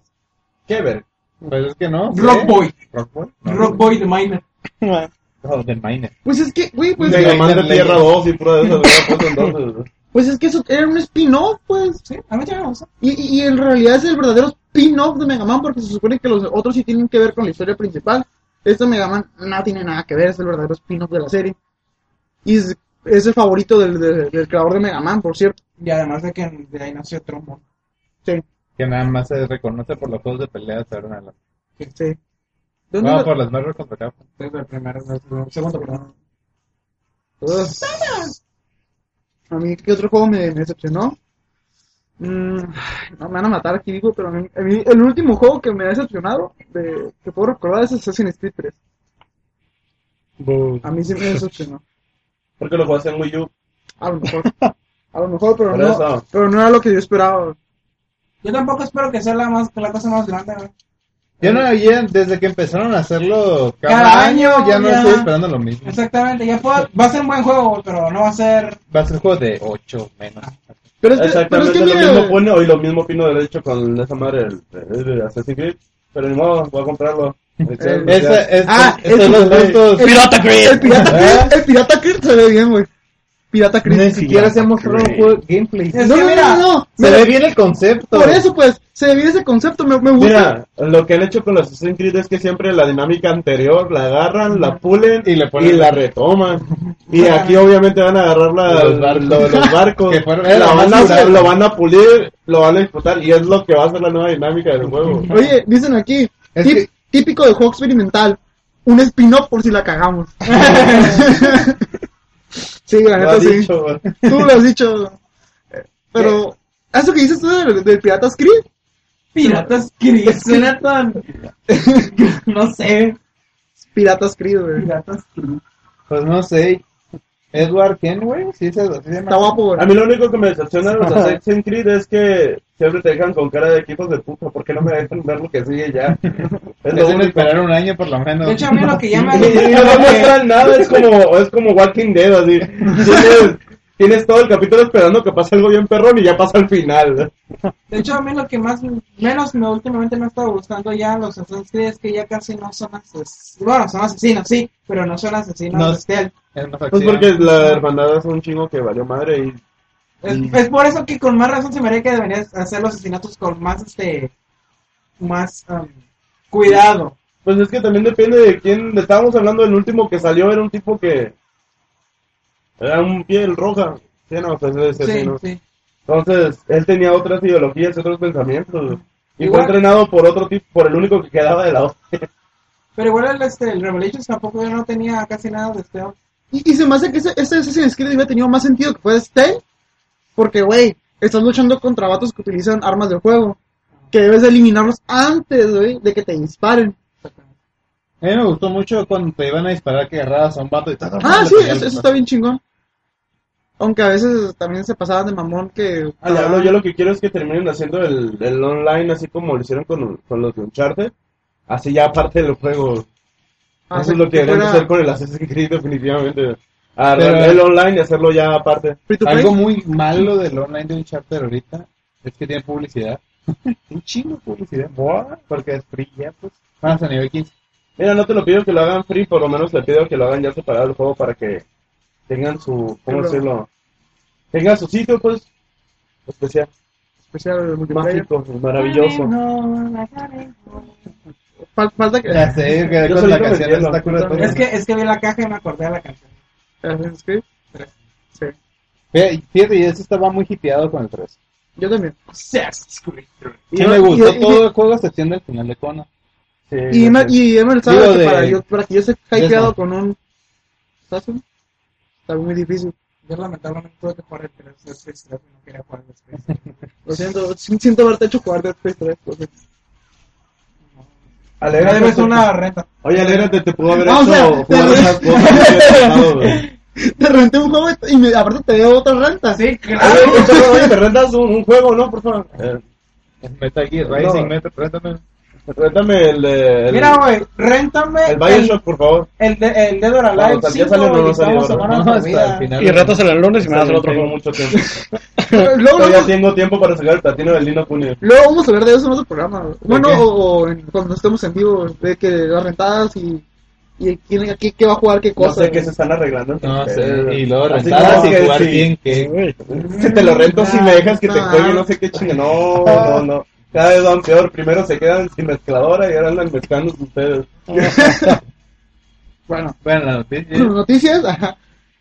Speaker 3: ¿Qué ver?
Speaker 6: Pues es que no.
Speaker 5: Rock
Speaker 6: ¿sí?
Speaker 5: Boy,
Speaker 6: Rock Boy. No,
Speaker 5: Rock Boy de Miner.
Speaker 6: no, del Miner.
Speaker 2: Pues es que, güey, pues,
Speaker 3: Mega Man de
Speaker 6: Legends.
Speaker 3: Tierra 2 y pura de esas. güey, pues, entonces,
Speaker 2: pues es que eso era un spin-off, pues.
Speaker 5: Sí, a mí también me gustó.
Speaker 2: Y, y- y en realidad es el verdadero spin-off de Mega Man porque se supone que los otros sí tienen que ver con la historia principal. Este Mega Man no tiene nada que ver, es el verdadero spin-off de la serie. Y es, es el favorito del, del- del creador de Mega Man, por cierto.
Speaker 5: Y además de que de ahí nació Trombo.
Speaker 2: Sí,
Speaker 6: Que nada más se reconoce por los juegos de pelea de Saturn Alan.
Speaker 2: sí. ¿Dónde
Speaker 6: No,
Speaker 2: lo-
Speaker 6: por las Marvel contra Capcom.
Speaker 5: Desde este el primero, desde el segundo, perdón.
Speaker 2: Ugh. A mí, ¿qué otro juego me, me decepcionó? Mm, no me van a matar aquí, digo, pero a mí, a mí el último juego que me ha decepcionado, de, que puedo recordar, es Assassin's Creed 3.
Speaker 4: Bu.
Speaker 2: A mí sí me decepcionó.
Speaker 3: Porque lo jugaste en Wii U.
Speaker 2: A lo mejor. A lo mejor, pero
Speaker 3: Por
Speaker 2: no,
Speaker 3: eso.
Speaker 2: pero no era lo que yo esperaba.
Speaker 5: Yo tampoco espero que sea la, más, la cosa más grande, güey.
Speaker 6: Yo no había, desde que empezaron a hacerlo cada,
Speaker 5: Cada
Speaker 6: año,
Speaker 5: año,
Speaker 6: ya no
Speaker 5: ya.
Speaker 6: estoy esperando lo mismo.
Speaker 5: Exactamente, ya puedo, va a ser un buen juego, güey, pero no va a ser.
Speaker 6: Va a ser juego de 8 menos.
Speaker 2: Pero es que, pero es
Speaker 3: Exactamente
Speaker 2: que
Speaker 3: lo mismo
Speaker 2: mira,
Speaker 3: pone hoy, lo mismo opino de hecho con esa madre el, el- el Assassin's Creed. Pero ni modo, voy a comprarlo. Excel,
Speaker 2: Eh,
Speaker 6: Esa-
Speaker 3: ya.
Speaker 6: es-
Speaker 2: Ah,
Speaker 6: estos
Speaker 2: eso,
Speaker 6: son los
Speaker 2: güey.
Speaker 6: gustos.
Speaker 4: Pirata
Speaker 2: el
Speaker 4: Creed.
Speaker 2: Pirata
Speaker 3: ¿Eh?
Speaker 2: Creed, el Pirata Creed se ve bien, güey. Pirata Creed.
Speaker 6: Ni siquiera se ha mostrado un juego gameplay.
Speaker 5: Es
Speaker 2: No,
Speaker 5: que
Speaker 2: no,
Speaker 5: mira,
Speaker 2: no, no,
Speaker 6: Se
Speaker 2: mira,
Speaker 6: ve bien el concepto.
Speaker 2: Por eso, pues, se ve ese concepto, me, me gusta.
Speaker 3: Mira, lo que han hecho con los Assassin's Creed es que siempre la dinámica anterior la agarran, la pulen
Speaker 6: Y le ponen-
Speaker 3: la retoman. Y aquí obviamente van a agarrar la-
Speaker 6: Los barcos.
Speaker 3: lo de los barcos.
Speaker 6: Que fueron-
Speaker 3: lo, van
Speaker 6: más
Speaker 3: a,
Speaker 6: duraron.
Speaker 3: lo van a pulir, lo van a disfrutar y es lo que va a ser la nueva dinámica del juego.
Speaker 2: Oye, dicen aquí,
Speaker 6: Es
Speaker 2: tip-
Speaker 6: que-
Speaker 2: típico de juego experimental, un spin-off por si la cagamos. sí, la
Speaker 3: Lo ha
Speaker 2: neta sí.
Speaker 3: dicho, güey.
Speaker 2: Tú lo has dicho. Eh, Pero, ¿eso que dices tú del, del Piratas Creed?
Speaker 5: Piratas Creed suena tan. no sé.
Speaker 2: Piratas Creed, güey.
Speaker 5: Piratas Creed.
Speaker 6: Pues no sé. Edward Ken, güey. Sí, se, sí se llama.
Speaker 2: Está guapo, güey.
Speaker 3: A mí lo único que me decepciona de los Assassin's Creed es que siempre te dejan con cara de equipos de puta. ¿Por qué no me dejan ver lo que sigue ya? Es lo
Speaker 6: Deben
Speaker 3: único.
Speaker 6: esperar un año por lo menos.
Speaker 5: De hecho, a mí lo que llama.
Speaker 3: Y no me muestran nada, es como, es como Walking Dead, así. Tienes, tienes todo el capítulo esperando que pase algo bien perrón y ya pasa al final.
Speaker 5: De hecho, a mí lo que más, menos me últimamente me ha estado gustando ya los Assassin's Creed es que ya casi no son asesinos. Bueno, son asesinos, sí, pero no son asesinos
Speaker 6: No.
Speaker 5: de stealth.
Speaker 6: Es más
Speaker 3: Pues
Speaker 6: acción.
Speaker 3: porque la hermandad es un chingo que valió madre y
Speaker 5: Es, es por eso que con más razón se me haría que deberías hacer los asesinatos con más, este, más um, cuidado.
Speaker 3: Pues es que también depende de quién. Estábamos hablando del último que salió, era un tipo que. Era un piel roja. Sí, no, pues, ese- ese,
Speaker 5: Sí,
Speaker 3: ¿no?
Speaker 5: sí.
Speaker 3: Entonces, él tenía otras ideologías, otros pensamientos. Y fue
Speaker 5: Igual.
Speaker 3: entrenado por otro tipo, por el único que quedaba de la otra.
Speaker 5: Pero igual el, este, el Revelations tampoco yo no tenía casi nada de stealth.
Speaker 2: Y, y se me hace que ese, ese Assassin's Creed hubiera tenido más sentido que fue este, porque, güey, estás luchando contra vatos que utilizan armas de fuego, que debes eliminarlos antes, güey, de que te disparen.
Speaker 6: A mí me gustó mucho cuando te iban a disparar que agarrabas a un vato y tal.
Speaker 2: Ah, sí, eso, eso está bien chingón. Aunque a veces también se pasaban de mamón que...
Speaker 3: Al diablo, yo Ah, lo que quiero es que terminen haciendo el, el online así como lo hicieron con, con los de Uncharted. Así ya aparte del juego.
Speaker 2: Ah,
Speaker 3: Eso
Speaker 2: sí,
Speaker 3: es lo que
Speaker 2: que
Speaker 3: deberían
Speaker 2: fuera-
Speaker 3: hacer con el Assassin's Creed, definitivamente. Agarrar
Speaker 6: Pero-
Speaker 3: el online y hacerlo ya aparte.
Speaker 2: free to play.
Speaker 6: Algo muy malo del online de Uncharted ahorita es que tiene publicidad. un chingo de publicidad. Buah, Porque es free ya, pues. Más a nivel 15.
Speaker 3: Mira, no te lo pido que lo hagan free, por lo menos le pido que lo hagan ya separado del juego para que tengan su, ¿cómo
Speaker 2: Claro.
Speaker 3: decirlo? Tengan su sitio, pues, especial,
Speaker 2: Especial multiplayer.
Speaker 3: mágico, maravilloso.
Speaker 2: Fal- falta que...
Speaker 6: Ya sé, que
Speaker 3: Yo
Speaker 6: con
Speaker 3: soy
Speaker 6: la
Speaker 3: lo
Speaker 6: canción
Speaker 3: entiendo.
Speaker 6: está cura todo.
Speaker 5: Es que, es que vi la caja y me acordé de la canción.
Speaker 2: Assassin's Creed. Sí.
Speaker 6: Fíjate, Fíjate, y eso estaba muy hipeado con el 3.
Speaker 2: Yo también.
Speaker 5: Assassin's Creed.
Speaker 6: Sí,
Speaker 2: yo-
Speaker 6: me gustó
Speaker 2: y- y-
Speaker 6: todo el juego a excepción del final de Kona.
Speaker 3: Sí,
Speaker 2: Y,
Speaker 3: ya
Speaker 2: Emma-
Speaker 3: sé.
Speaker 2: y Emma sabe
Speaker 6: Digo,
Speaker 2: que
Speaker 6: de-
Speaker 2: para, yo, para que yo se hypeado
Speaker 6: eso.
Speaker 2: con un... Assassin, Está muy difícil.
Speaker 5: Yo lamentablemente tuve que jugar el 3 de Space 3 y no quería jugar el Space 3.
Speaker 2: Lo siento, si- siento haberte hecho jugar Dead Space 3. lo siento.
Speaker 5: Me
Speaker 3: Alégrate,
Speaker 5: debes
Speaker 3: te-
Speaker 5: una renta.
Speaker 3: Oye, alégrate, te pudo haber
Speaker 2: No, o
Speaker 3: hecho
Speaker 2: sea,
Speaker 3: jugar
Speaker 2: te-
Speaker 3: más cosas. que hubiera pasado, güey.
Speaker 2: Te renté un juego y me- aparte te dio otra renta.
Speaker 5: Sí,
Speaker 2: Ah,
Speaker 5: claro.
Speaker 3: Oye, Chavo, oye, te rentas un, un juego, ¿no? Por favor. Eh,
Speaker 6: Metal Gear
Speaker 3: Rising,
Speaker 6: Rising, Metal, préstame.
Speaker 3: réntame el, de- el,
Speaker 5: Mira, güey, réntame
Speaker 3: el Bioshock, por favor.
Speaker 5: El, de, el Dead or
Speaker 3: Vamos,
Speaker 5: Alive
Speaker 3: al día
Speaker 5: 5
Speaker 3: sale, no
Speaker 5: y
Speaker 3: nos salió,
Speaker 5: estamos hablando
Speaker 6: No,
Speaker 5: de
Speaker 6: hasta el
Speaker 5: vida.
Speaker 6: final.
Speaker 4: Y rétaselo el lunes y me das el
Speaker 3: Todavía
Speaker 4: otro
Speaker 3: tengo
Speaker 4: juego.
Speaker 3: mucho tiempo.
Speaker 2: pues, Luego,
Speaker 3: Todavía
Speaker 2: luego-
Speaker 3: tengo tiempo para sacar el platino del Lino Cuneo.
Speaker 2: luego vamos a hablar de eso en otro programa. güey. Bueno,
Speaker 6: qué?
Speaker 2: o, o en- cuando estemos en vivo, de que las rentadas y, y quién, qué, qué va a jugar, qué
Speaker 3: No
Speaker 2: cosa.
Speaker 3: sé qué se
Speaker 2: güey.
Speaker 3: están arreglando. entre
Speaker 6: No sé,
Speaker 3: ustedes.
Speaker 6: y luego
Speaker 3: Así
Speaker 6: rentabas
Speaker 3: como
Speaker 6: y
Speaker 3: que
Speaker 6: jugar
Speaker 3: sí.
Speaker 6: bien que...
Speaker 4: güey.
Speaker 3: Si te lo rento si me dejas que te
Speaker 2: Ah.
Speaker 3: cuelgue, no sé qué chinga. No, no, no. Cada vez van peor. Primero se quedan sin mezcladora y ahora andan mezclando ustedes.
Speaker 2: Bueno,
Speaker 6: Bueno, la noticia es-
Speaker 2: noticias. ajá.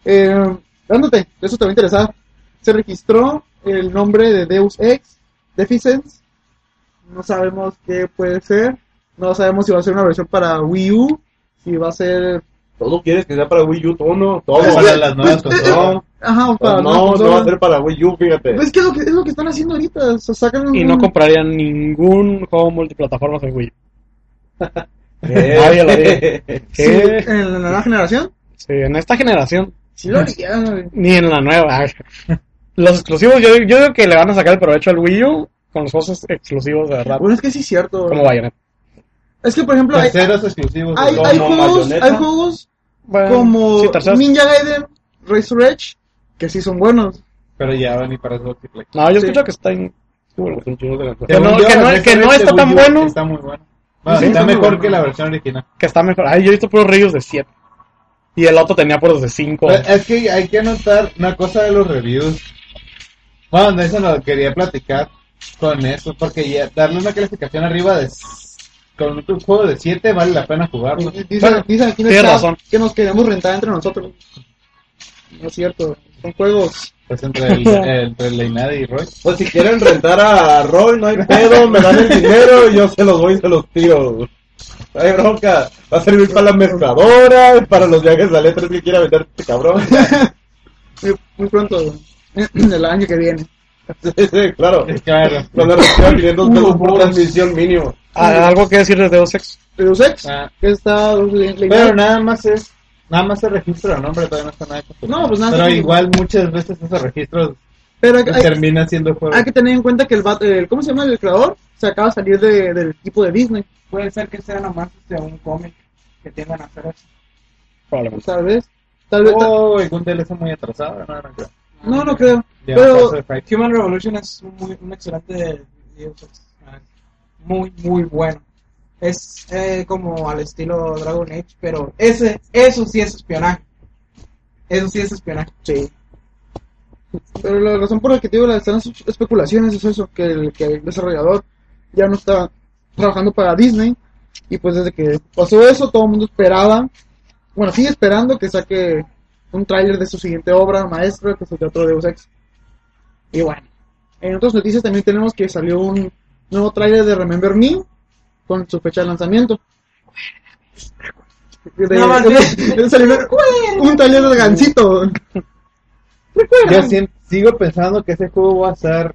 Speaker 2: Eh, dándote, eso te va a interesar. Se registró el nombre de Deus Ex, Deficence. No sabemos qué puede ser. No sabemos si va a ser una versión para Wii U, si va a ser
Speaker 3: Todo quieres que sea para Wii U, todo no. Todo
Speaker 6: Para
Speaker 3: para
Speaker 6: las nuevas consolas.
Speaker 3: No,
Speaker 2: pues, Ajá, para nuevas
Speaker 3: Pues no, no va a
Speaker 2: consolas.
Speaker 3: ser para Wii U, fíjate.
Speaker 2: Pues es que es lo que, es lo que están haciendo ahorita. o sea, sacan
Speaker 4: Y
Speaker 2: un-
Speaker 4: no compraría ningún juego multiplataformas en Wii.
Speaker 3: Eh.
Speaker 4: Nadie lo ve.
Speaker 2: Sí,
Speaker 4: ¿Qué?
Speaker 2: en la nueva generación.
Speaker 4: Sí, en esta generación,
Speaker 2: Sí lo harían, güey.
Speaker 4: ni en la nueva. Los exclusivos, yo, yo digo que le van a sacar el provecho al Wii U con los juegos exclusivos de verdad.
Speaker 2: Bueno, es que sí es cierto. güey.
Speaker 4: Como Bayonetta.
Speaker 2: Es que, por ejemplo, hay,
Speaker 6: Terceros exclusivos.
Speaker 2: hay,
Speaker 6: de
Speaker 2: hay
Speaker 3: como
Speaker 2: juegos,
Speaker 3: Bayonetta.
Speaker 2: hay juegos
Speaker 4: Bueno,
Speaker 2: como
Speaker 4: sí, terceros.
Speaker 2: Ninja Gaiden, Resurrect, que sí son buenos.
Speaker 6: Pero ya van y para Xbox y Play.
Speaker 4: No, yo
Speaker 2: Sí.
Speaker 4: escucho que está en... Que
Speaker 6: Según
Speaker 4: no,
Speaker 6: yo,
Speaker 4: que no-
Speaker 6: el
Speaker 4: que no
Speaker 6: Resident
Speaker 4: está tan
Speaker 6: Evil
Speaker 4: bueno,
Speaker 6: Está muy bueno. Bueno,
Speaker 2: Sí,
Speaker 6: está
Speaker 2: está muy
Speaker 6: mejor
Speaker 2: bueno.
Speaker 6: que la versión original.
Speaker 4: que está mejor. Ay, yo he visto puros reviews de 7. Y el otro tenía puros de 5.
Speaker 6: Pero eh, Es que hay que anotar una cosa de los reviews. Bueno, de eso no quería platicar con eso, porque ya darle una calificación arriba de... Con un juego de 7 vale la pena jugarlo.
Speaker 2: Dicen, dicen aquí en el
Speaker 4: Pues, tienes
Speaker 2: chat
Speaker 4: razón.
Speaker 2: que nos queremos rentar entre nosotros. No es cierto. Son juegos.
Speaker 6: Pues entre el, entre Leinad y Roy.
Speaker 3: O si quieren rentar a Roy, no hay pedo, me dan el dinero y yo se los voy y se los tiro. No hay bronca. Va a servir para la mezcladora, para los viajes a letras que quiera vender este cabrón.
Speaker 2: Muy, muy pronto, güey. el año que viene.
Speaker 3: Sí, sí, claro.
Speaker 6: Claro.
Speaker 3: Cuando reciba 500 pesos por transmisión mínimo.
Speaker 4: Ah, ¿Algo que decir de Deus Ex?
Speaker 2: Deus Ex,
Speaker 6: Ah.
Speaker 2: que está Deus Ex Legal.
Speaker 6: Pero nada más es, nada más se registra el nombre, todavía no está nada confirmado.
Speaker 2: No, pues nada.
Speaker 6: Pero igual muchas veces esos registros
Speaker 2: Pero hay, hay-
Speaker 6: terminan siendo juegos.
Speaker 2: hay que tener en cuenta que el, vato- el- ¿cómo se llama el creador? Se acaba de salir de- del equipo de Disney,
Speaker 5: Puede ser que sea nomás este, un cómic que tengan a hacer eso.
Speaker 4: Probablemente.
Speaker 2: tal vez. Tal vez tal-
Speaker 6: Oh, algún DLC muy atrasado, no, no creo.
Speaker 2: no, no creo.
Speaker 6: Ya,
Speaker 2: pero
Speaker 6: paso de Fight.
Speaker 5: Eh, Human Revolution es un, muy, un excelente video, pues, ah, muy muy bueno es eh, como al estilo Dragon Age pero ese eso sí es espionaje eso sí es espionaje sí
Speaker 2: Pero la razón por la que te digo las están sus especulaciones es eso, que el, que el desarrollador ya no está trabajando para Disney y pues desde que pasó eso todo el mundo esperaba, bueno, sigue esperando que saque un tráiler de su siguiente obra maestra, que es el Teatro de Deus Ex. Y bueno, en otras noticias también tenemos que salió un nuevo tráiler de Remember Me con su fecha de lanzamiento. De-
Speaker 5: Nada más,
Speaker 2: de- salió un tráiler de Gancito.
Speaker 6: Yo sien- sigo pensando que ese juego va a ser,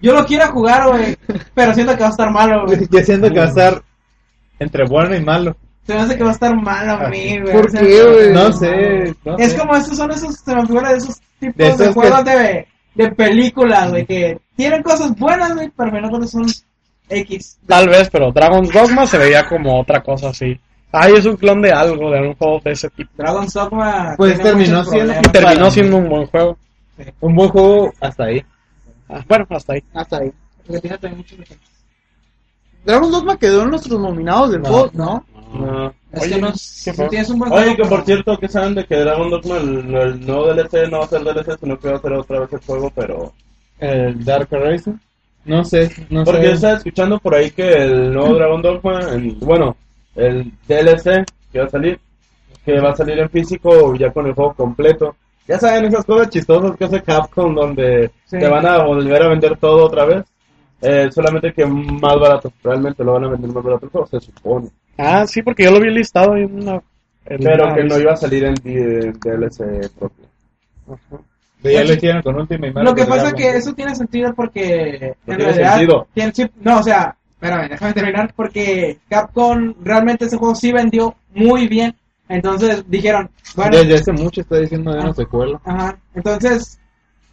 Speaker 5: yo lo quiero jugar güey pero siento que va a estar malo güey
Speaker 6: yo siento que va a ser entre bueno y malo.
Speaker 5: se me hace que va a estar malo a mí güey
Speaker 2: ¿Por
Speaker 5: O sea,
Speaker 2: qué, güey?
Speaker 6: No sé, no
Speaker 5: es
Speaker 6: sé.
Speaker 5: como estos son esos se me figura de esos tipos
Speaker 6: De
Speaker 5: de,
Speaker 6: esos que-
Speaker 5: juegos de, de películas güey que tienen cosas buenas güey pero menos cuando son X
Speaker 4: Tal vez, pero Dragon's Dogma se veía como otra cosa así. Ay, es un clon de algo, de un juego de ese tipo.
Speaker 5: Dragon Dogma
Speaker 6: Pues
Speaker 5: tiene
Speaker 6: terminó
Speaker 5: muchos
Speaker 6: siendo-
Speaker 5: problemas.
Speaker 4: Y terminó
Speaker 6: Para mí.
Speaker 4: siendo un buen juego.
Speaker 6: Un buen juego hasta ahí.
Speaker 4: Ah, Bueno, hasta ahí.
Speaker 2: Hasta ahí.
Speaker 5: Porque tiene también muchos defectos.
Speaker 2: Dragon Dogma quedó en nuestros nominados del
Speaker 6: No.
Speaker 2: GOT, ¿no?
Speaker 5: Es que
Speaker 3: Oye,
Speaker 5: no,
Speaker 4: qué
Speaker 5: si
Speaker 4: feo.
Speaker 5: tienes un buen
Speaker 3: Ah. Oye,
Speaker 5: juego,
Speaker 3: que por
Speaker 5: pero-
Speaker 3: cierto, que saben de que Dragon Dogma, el, el nuevo DLC no va a ser DLC, sino que va a ser otra vez el juego, pero...
Speaker 6: El Dark Horizon. No sé, no
Speaker 3: Porque yo
Speaker 6: sé.
Speaker 3: estaba escuchando por ahí que el nuevo Dragon Dogma, en- bueno, el DLC que va a salir, que va a salir en físico ya con el juego completo. Ya saben esas cosas chistosas que hace Capcom donde
Speaker 5: Sí.
Speaker 3: te van a volver a vender todo otra vez. Eh, solamente que más barato, realmente lo van a vender más barato el juego, se supone.
Speaker 4: Ah, sí, porque yo lo vi listado en una. en
Speaker 3: Pero
Speaker 4: una
Speaker 3: que no
Speaker 4: lista.
Speaker 3: iba a salir en D- DLC propio.
Speaker 6: Ya lo hicieron con última y
Speaker 5: Lo que pasa es que eso tiene sentido porque
Speaker 3: No
Speaker 5: en
Speaker 3: tiene
Speaker 5: realidad
Speaker 3: sentido.
Speaker 5: tiene chip- no, o sea, espérame, déjame terminar porque Capcom realmente ese juego sí vendió muy bien. Entonces dijeron, bueno,
Speaker 6: Desde hace mucho está diciendo de una secuela.
Speaker 5: ajá, entonces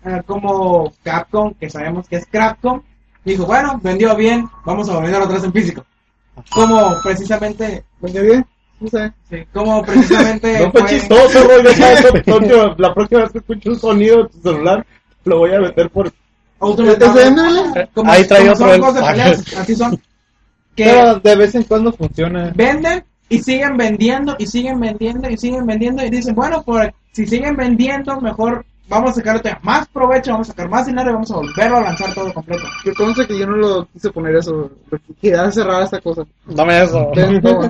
Speaker 5: eh, como Capcom, que sabemos que es Capcom, dijo, bueno, vendió bien, vamos a vender otra vez en físico. Como precisamente,
Speaker 2: ¿Vendió bien? No sé.
Speaker 5: sí, como precisamente
Speaker 3: No fue
Speaker 5: fue-
Speaker 3: chistoso, Roy. deja eso. La próxima- La próxima vez que escuche un sonido de tu celular, lo voy a meter por.
Speaker 5: Ultimate
Speaker 2: ¿Este
Speaker 5: Marvel.
Speaker 2: ándale?
Speaker 5: Como-
Speaker 4: Ahí trae
Speaker 5: como
Speaker 4: otro
Speaker 5: son
Speaker 4: el-
Speaker 5: juegos de peleas, así son. Que
Speaker 6: Pero de vez en cuando funciona.
Speaker 5: venden y siguen vendiendo y siguen vendiendo y siguen vendiendo y dicen, bueno, por, si siguen vendiendo, mejor vamos a sacar todavía más provecho, vamos a sacar más dinero y vamos a volverlo a lanzar todo completo.
Speaker 2: Que conste que yo no lo quise poner eso. lo que- Quedaba cerrada esta cosa.
Speaker 4: Dame eso.
Speaker 2: Ten- toma.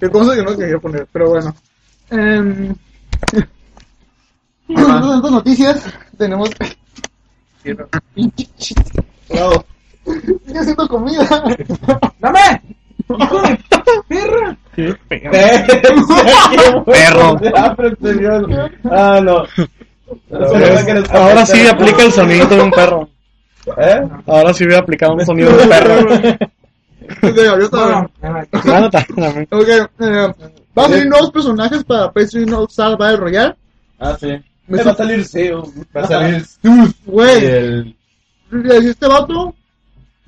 Speaker 2: que conste que no lo quería poner, pero bueno. Em, Con tantas noticias tenemos... Pinche chiste. Sigue siendo comida.
Speaker 5: ¡Dame! ¡Hijo de perra!
Speaker 4: Perro.
Speaker 3: Ah, pero en serio. Ah, no.
Speaker 4: Es- Pues, ahora sí aplica el sonido de un perro.
Speaker 3: ¿Eh?
Speaker 4: Ahora sí voy a aplicar un sonido de un perro.
Speaker 2: De gaviota,
Speaker 5: Bueno,
Speaker 2: güey.
Speaker 5: a ver,
Speaker 4: Ah, no, también.
Speaker 2: Ok, em, va a salir nuevos personajes para PlayStation All Star Battle Royale.
Speaker 3: Ah, sí.
Speaker 2: Me
Speaker 3: Eh, va a salir Seo.
Speaker 6: Va a salir
Speaker 2: Güey,
Speaker 6: el
Speaker 2: le decía este vato,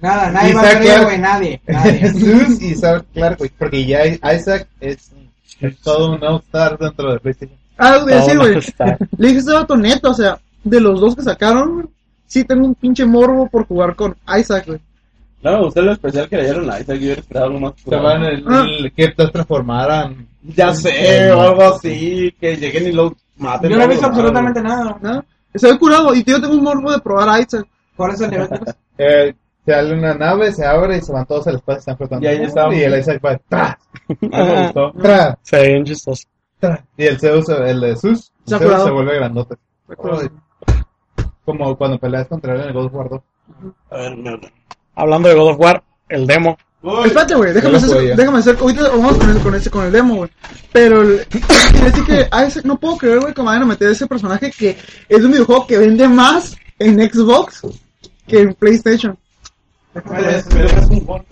Speaker 5: Nada, nadie va a
Speaker 6: Isaac
Speaker 5: creer,
Speaker 6: Clarke.
Speaker 5: güey, nadie. nadie.
Speaker 6: Zeus y Isaac Clark, güey, porque ya Isaac es, es todo un all-star dentro de PlayStation.
Speaker 2: Ah, güey, sí,
Speaker 4: Todo
Speaker 2: güey.
Speaker 4: está.
Speaker 2: Le dije a este vato neta, o sea, de los dos que sacaron, güey, sí tengo un pinche morbo por jugar con Isaac, güey.
Speaker 3: No me gustó lo especial que le dieron a Isaac. Yo hubiera esperado algo más.
Speaker 6: Se van el, el que te transformaran.
Speaker 3: Ya sé, o algo así. Que lleguen y lo maten.
Speaker 5: Yo no he visto absolutamente nada.
Speaker 2: ¿no? Se ve curado, y yo tengo un morbo de probar a Isaac.
Speaker 5: ¿Cuál es el nivel?
Speaker 6: Eh, sale una nave, se abre y se van todos al espacio, están flotando.
Speaker 3: Y ahí está.
Speaker 6: Y el Isaac va, ¡tra!
Speaker 3: No me gustó.
Speaker 6: ¡tra!
Speaker 4: Se ve bien chistoso.
Speaker 2: Tra.
Speaker 6: Y el Zeus, el de Zeus, el
Speaker 2: Se ha
Speaker 6: Zeus
Speaker 2: curado.
Speaker 6: se vuelve grandote.
Speaker 2: Me acuerdo.
Speaker 6: Ay. Como cuando peleas contra él en el God of War 2.
Speaker 3: A ver, me habla.
Speaker 4: Hablando de God of War, el demo.
Speaker 2: Espérate, güey, déjame
Speaker 6: lo
Speaker 2: hacer,
Speaker 6: jugué ya.
Speaker 2: déjame hacer, ahorita vamos con el, con ese, con el demo, güey. Pero, el- quiere decir que a ese- no puedo creer, güey, que me vayan a meter ese personaje que es un videojuego que vende más en Xbox que en PlayStation.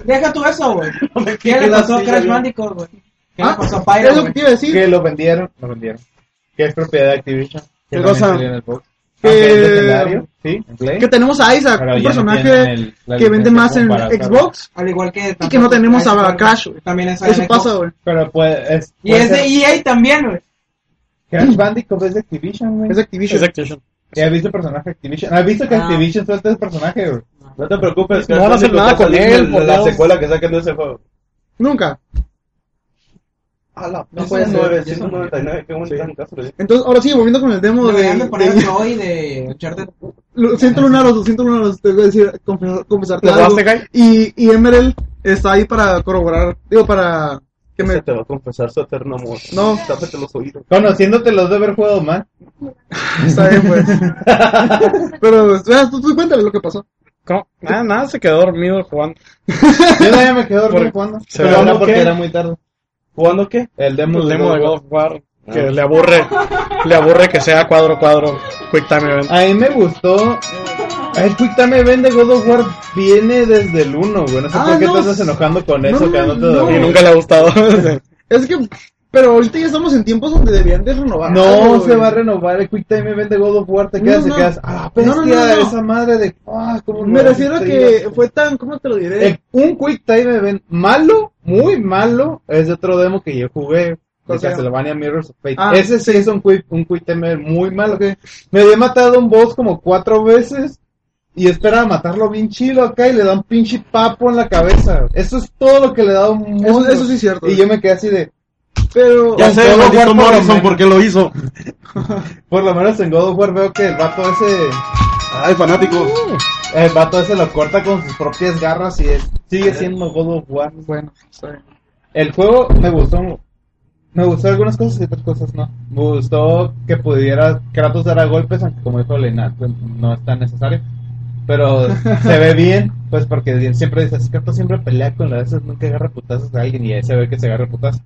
Speaker 5: Deja tú eso, güey.
Speaker 3: me
Speaker 5: ¿Qué le
Speaker 3: quedas
Speaker 5: pasó a
Speaker 3: así,
Speaker 5: Crash
Speaker 3: güey.
Speaker 5: Bandicoot, güey? ¿Qué
Speaker 2: Ah,
Speaker 5: le pasó a
Speaker 2: es
Speaker 5: Pyro,
Speaker 2: lo que
Speaker 5: güey?
Speaker 2: te iba a decir.
Speaker 6: Que lo vendieron, lo vendieron. Que es propiedad de Activision. Que
Speaker 2: ¿Qué
Speaker 6: también
Speaker 2: cosa?
Speaker 6: salió en el box.
Speaker 2: Que-
Speaker 6: Aunque es legendario, sí, en Play.
Speaker 2: Que tenemos a Isaac,
Speaker 6: Pero
Speaker 2: un
Speaker 6: ya no
Speaker 2: personaje
Speaker 6: tienen el- la
Speaker 2: que vende
Speaker 6: licencia
Speaker 2: más en
Speaker 6: como para hacerlo.
Speaker 2: Xbox.
Speaker 5: Al igual que...
Speaker 2: que no tenemos a
Speaker 5: tampoco-
Speaker 2: Crash, güey.
Speaker 5: También es
Speaker 2: Eso
Speaker 5: en
Speaker 2: pasa,
Speaker 5: Xbox.
Speaker 2: güey.
Speaker 6: Pero pues es,
Speaker 5: Y es de
Speaker 6: ser-
Speaker 5: EA también, güey.
Speaker 6: Crash Bandicoot es de Activision, güey.
Speaker 2: Es Activision.
Speaker 4: Es Activision.
Speaker 6: Ya he visto personaje Activision. ¿Has visto que
Speaker 5: Ah.
Speaker 6: Activision suelta ese personaje, güey?
Speaker 3: No te preocupes,
Speaker 4: No van a hacer
Speaker 3: Crash Bandicoot
Speaker 4: nada
Speaker 3: va
Speaker 4: con
Speaker 3: salir
Speaker 4: él,
Speaker 3: de
Speaker 4: por
Speaker 3: La
Speaker 4: Dios.
Speaker 3: secuela que saquen de ese juego.
Speaker 2: Nunca.
Speaker 3: No
Speaker 2: Eso
Speaker 3: puede
Speaker 2: ya
Speaker 3: ser.
Speaker 2: son-
Speaker 3: 999, qué bonito en caso. güey.
Speaker 2: Entonces, ahora sí, volviendo con el demo de,
Speaker 5: Deberían de poner
Speaker 2: de-
Speaker 5: a Joy de Uncharted.
Speaker 2: Lo siento lunaros, lo siento lunaros, te voy a decir, confes- confesarte
Speaker 4: ¿Lo
Speaker 2: algo.
Speaker 4: jugaste, Kai?
Speaker 2: Y, y Emerald está ahí para corroborar, digo, para que
Speaker 3: Ese
Speaker 2: me...
Speaker 3: te va a confesar su eterno amor.
Speaker 2: No.
Speaker 3: Tápate los oídos.
Speaker 6: Conociéndote los de haber jugado más.
Speaker 2: Está bien, pues. Pero, espera, tú, tú cuéntale lo que pasó.
Speaker 4: ¿Cómo? Nada, Ah, nada, se quedó dormido jugando.
Speaker 6: Yo todavía me quedé dormido
Speaker 4: Por-
Speaker 6: jugando.
Speaker 4: se
Speaker 6: Pero
Speaker 4: ve-
Speaker 6: era porque
Speaker 3: ¿qué?
Speaker 6: era muy tarde.
Speaker 3: ¿Jugando qué?
Speaker 6: El demo,
Speaker 4: El demo de God of War. Que
Speaker 3: Ah.
Speaker 4: le aburre, le aburre que sea cuadro cuadro, quick time event.
Speaker 6: A mí me gustó. El Quick Time Event de God of War viene desde el 1, güey. No sé
Speaker 2: Ah,
Speaker 6: por qué
Speaker 2: no.
Speaker 6: te estás enojando con
Speaker 2: No,
Speaker 6: eso, que no te
Speaker 2: no.
Speaker 4: Y
Speaker 6: dormí.
Speaker 4: nunca le ha gustado.
Speaker 2: Es que, pero ahorita ya estamos en tiempos donde deberían de renovar.
Speaker 6: No
Speaker 2: algo,
Speaker 6: se va a
Speaker 2: güey.
Speaker 6: renovar el Quick Time Event de God of War. Te quedas
Speaker 2: No, no.
Speaker 6: y quedas. ¡Ah,
Speaker 2: No, no,
Speaker 6: bestia!
Speaker 2: no, no.
Speaker 6: Esa madre de. ¡Ah, cómo
Speaker 2: Me
Speaker 6: no,
Speaker 2: refiero a
Speaker 6: te
Speaker 2: que
Speaker 6: ibas".
Speaker 2: fue tan, ¿cómo te lo diré?
Speaker 6: El- un Quick Time Event malo, muy malo, es de otro demo que yo jugué.
Speaker 2: ¿Cuál
Speaker 6: De
Speaker 2: será?
Speaker 6: Castlevania Mirrors of Fate.
Speaker 2: Ah,
Speaker 6: Ese sí es un quick, un quick time event muy malo. Que me había matado a un boss como cuatro veces y esperaba matarlo bien chilo acá y le da un pinche papo en la cabeza. Eso es todo lo que le da un
Speaker 2: eso,
Speaker 6: monstruo.
Speaker 2: eso sí es cierto.
Speaker 6: Y yo me quedé así de,
Speaker 2: Pero...
Speaker 6: Ya sé,
Speaker 3: Maldito
Speaker 6: Howard Morrison, ¿por
Speaker 3: qué lo hizo?
Speaker 6: por lo menos en God of War veo que el vato ese,
Speaker 3: Ay, fanático.
Speaker 6: el vato ese lo corta con sus propias garras y es- sigue siendo God of War.
Speaker 2: Bueno, está bien.
Speaker 6: El juego me gustó. Me gustó algunas cosas y otras cosas no. Me gustó que pudiera Kratos dar a golpes, aunque como dijo Lena, pues, no es tan necesario. Pero se ve bien, pues porque siempre dices, Kratos siempre pelea con las veces, nunca agarra putazos a alguien y ahí se ve que se agarra putazos.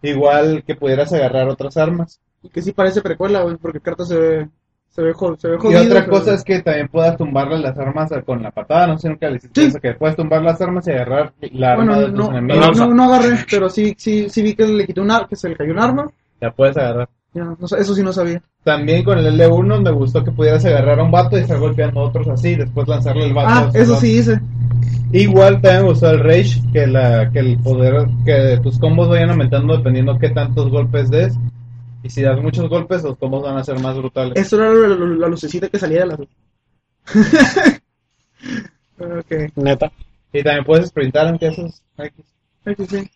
Speaker 6: Igual que pudieras agarrar otras armas.
Speaker 2: Y que sí parece precuela, güey, porque Carta se ve... Se ve, jo- se ve
Speaker 6: Y
Speaker 2: jodido.
Speaker 6: otra
Speaker 2: pero-
Speaker 6: cosa es que también puedas tumbarle las armas a- con la patada, no sé nunca le hiciste
Speaker 2: Sí.
Speaker 6: eso, que puedes tumbar las armas y agarrar la arma
Speaker 2: Bueno,
Speaker 6: de tus
Speaker 2: no, eh,
Speaker 6: enemigos.
Speaker 2: no, no, no agarré, pero sí, sí, sí vi que le quitó un ar- que se le cayó un arma.
Speaker 6: La puedes agarrar.
Speaker 2: Ya, no sé, eso sí no sabía.
Speaker 6: También con el L1 me gustó que pudieras agarrar a un vato y estar golpeando a otros así, después lanzarle el vato. a
Speaker 2: Ah,
Speaker 6: otro
Speaker 2: eso
Speaker 6: vato.
Speaker 2: sí hice.
Speaker 6: Igual también me gustó el Rage, que, la, que el poder, que tus combos vayan aumentando dependiendo qué tantos golpes des. Y si das muchos golpes, los combos van a ser más brutales.
Speaker 2: Eso era la, la- la lucecita que salía de la luz. ok.
Speaker 4: Neta.
Speaker 6: Y también puedes sprintar aunque esos.
Speaker 2: Eso sí.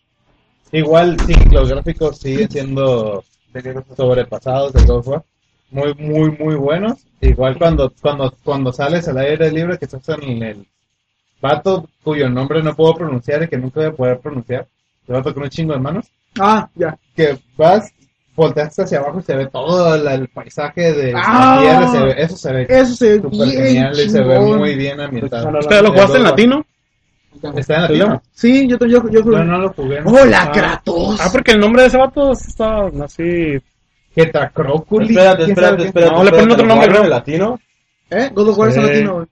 Speaker 6: Igual, sí, los gráficos siguen siendo sobrepasados de God of War. Muy, muy, muy buenos. Igual cuando, cuando, cuando sales al aire libre, que estás en el vato cuyo nombre no puedo pronunciar y que nunca voy a poder pronunciar. El vato con un chingo de manos.
Speaker 2: Ah, ya.
Speaker 6: Que vas, volteas hacia abajo y se ve todo la- el paisaje de
Speaker 2: Ah.
Speaker 6: la tierra. se ve- eso se ve
Speaker 2: Eso se ve
Speaker 6: súper
Speaker 2: bien
Speaker 6: genial y se ve
Speaker 2: chingón.
Speaker 6: muy bien ambientado.
Speaker 4: ¿Ustedes lo jugaste en latino?
Speaker 6: ¿Está en latino?
Speaker 2: Sí, yo, yo, yo
Speaker 6: No, no lo jugué. no.
Speaker 2: ¡Hola,
Speaker 4: Ah.
Speaker 2: Kratos!
Speaker 4: Ah, porque el nombre de ese vato está así.
Speaker 6: Getracróculis,
Speaker 3: Espérate,
Speaker 6: ¿quién sabe
Speaker 3: espérate,
Speaker 6: qué?
Speaker 3: espérate.
Speaker 4: No, le ponen
Speaker 3: espérate,
Speaker 4: otro
Speaker 3: ¿lo
Speaker 4: nombre,
Speaker 3: jugaron
Speaker 4: creo.
Speaker 3: en latino?
Speaker 2: ¿Eh? God of War es en
Speaker 4: Sí.
Speaker 2: latino, güey.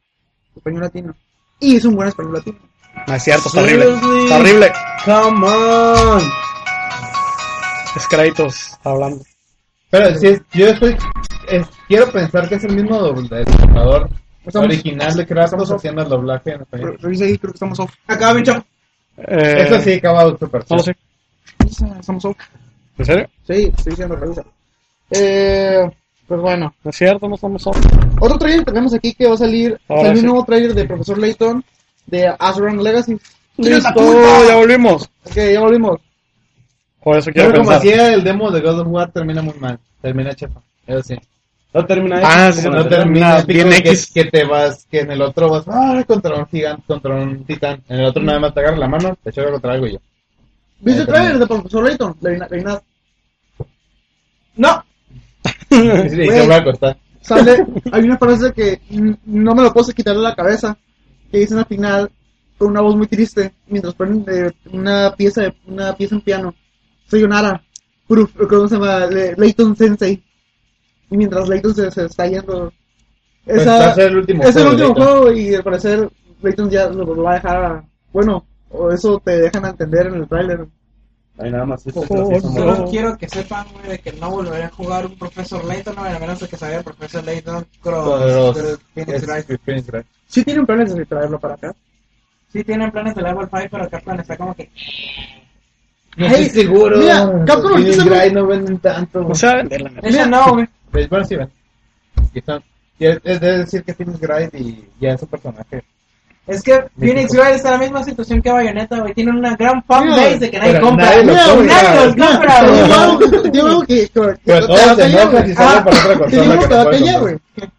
Speaker 2: Español latino. Y es un buen español latino.
Speaker 4: No Ah, es cierto, está horrible.
Speaker 3: Seriously.
Speaker 4: Está horrible.
Speaker 3: Come on.
Speaker 4: Es Kratos está hablando.
Speaker 6: Pero si es, yo estoy, es- quiero pensar que es el mismo doble- el doblador
Speaker 2: Estamos-
Speaker 6: original de Kratos
Speaker 2: estamos-
Speaker 6: haciendo el doblaje en
Speaker 2: Re-
Speaker 6: español.
Speaker 2: Revisa ahí, creo que estamos off.
Speaker 5: Acaba, bicho.
Speaker 4: Eh,
Speaker 6: Eso sí, acaba super
Speaker 4: No lo sé.
Speaker 2: Revisa, estamos off.
Speaker 4: ¿En serio?
Speaker 2: Sí, estoy diciendo, revisa. Eh, pues bueno.
Speaker 4: No es cierto, no somos solos.
Speaker 2: Otro trailer tenemos aquí que va a salir.
Speaker 4: Ahora
Speaker 2: salió
Speaker 4: sí.
Speaker 2: un nuevo trailer de Profesor Layton de Azran Legacy.
Speaker 4: ¡Listo! ¡Ya volvimos!
Speaker 2: Ok, ya volvimos.
Speaker 4: Por eso quiero
Speaker 6: Pero como
Speaker 4: pensar.
Speaker 6: hacía el demo de God of War, termina muy mal. Termina chefa. Eso sí.
Speaker 3: No termina
Speaker 4: Ah,
Speaker 3: esto,
Speaker 4: sí,
Speaker 3: como
Speaker 6: No
Speaker 3: la
Speaker 6: termina
Speaker 4: termina bien
Speaker 6: épico que,
Speaker 4: X.
Speaker 6: que te vas, que en el otro vas ah, contra un gigante, contra un titán. En el otro nada más te agarra la mano, te choca contra algo y ya.
Speaker 2: ¿Viste el
Speaker 6: Ahí también.
Speaker 2: trailer de Profesor Layton? De Ina- de Ina-
Speaker 5: No,
Speaker 6: Sí, yo me voy a acostar.
Speaker 2: sale, hay una frase que n- no me lo puedo quitar de la cabeza, que dicen al final con una voz muy triste, mientras ponen eh, una pieza de- una pieza en piano. Sayonara, Proof, eh, ¿cómo se llama? Le- Leighton Sensei. Y mientras Leighton se, se está yendo.
Speaker 6: Pues va a ser el último
Speaker 2: es el
Speaker 6: juego,
Speaker 2: último
Speaker 6: Leighton.
Speaker 2: juego y al parecer Leighton ya lo va a dejar a- Bueno, o eso te dejan a entender en el tráiler.
Speaker 3: Hay nada más. este
Speaker 4: Oh,
Speaker 3: clasismo,
Speaker 4: no.
Speaker 3: ¿verdad?
Speaker 5: solo quiero que sepan, güey, de que no volveré a jugar un Profesor Layton, a menos de que salga el Profesor Layton Cross.
Speaker 6: Cross.
Speaker 5: Cross. Phoenix
Speaker 6: Es-
Speaker 5: Wright.
Speaker 6: Phoenix Wright.
Speaker 2: Sí tienen planes de traerlo para acá.
Speaker 5: Sí tienen planes de level 5, pero Capcom está como que...
Speaker 6: No
Speaker 2: Hey,
Speaker 6: estoy seguro.
Speaker 2: mira, Capcom ahorita
Speaker 6: Phoenix
Speaker 2: está muy-
Speaker 6: Wright no venden tanto.
Speaker 4: No se va a vender la neta.
Speaker 5: Eso no, güey.
Speaker 6: Pues, bueno, sí, ven. Y están- y es, es de decir que Phoenix Wright y ya es un personaje.
Speaker 5: Es que Phoenix Wright está en la misma situación que Bayonetta, güey. Tiene una gran fanbase de que nadie
Speaker 6: pero
Speaker 5: compra.
Speaker 6: nadie lo
Speaker 5: Nadie
Speaker 6: compra.
Speaker 5: los compra,
Speaker 2: Yo
Speaker 5: güey.
Speaker 2: hago- Yo veo que. que-
Speaker 6: Pero
Speaker 2: que
Speaker 6: todos
Speaker 2: la
Speaker 6: se
Speaker 2: pelea,
Speaker 6: enojan
Speaker 2: güey. Ah,
Speaker 6: y salen para otra
Speaker 2: Que
Speaker 6: consola.
Speaker 2: dijimos que
Speaker 6: que no
Speaker 2: la
Speaker 6: pueden
Speaker 2: pelea,
Speaker 6: comprar.
Speaker 2: güey.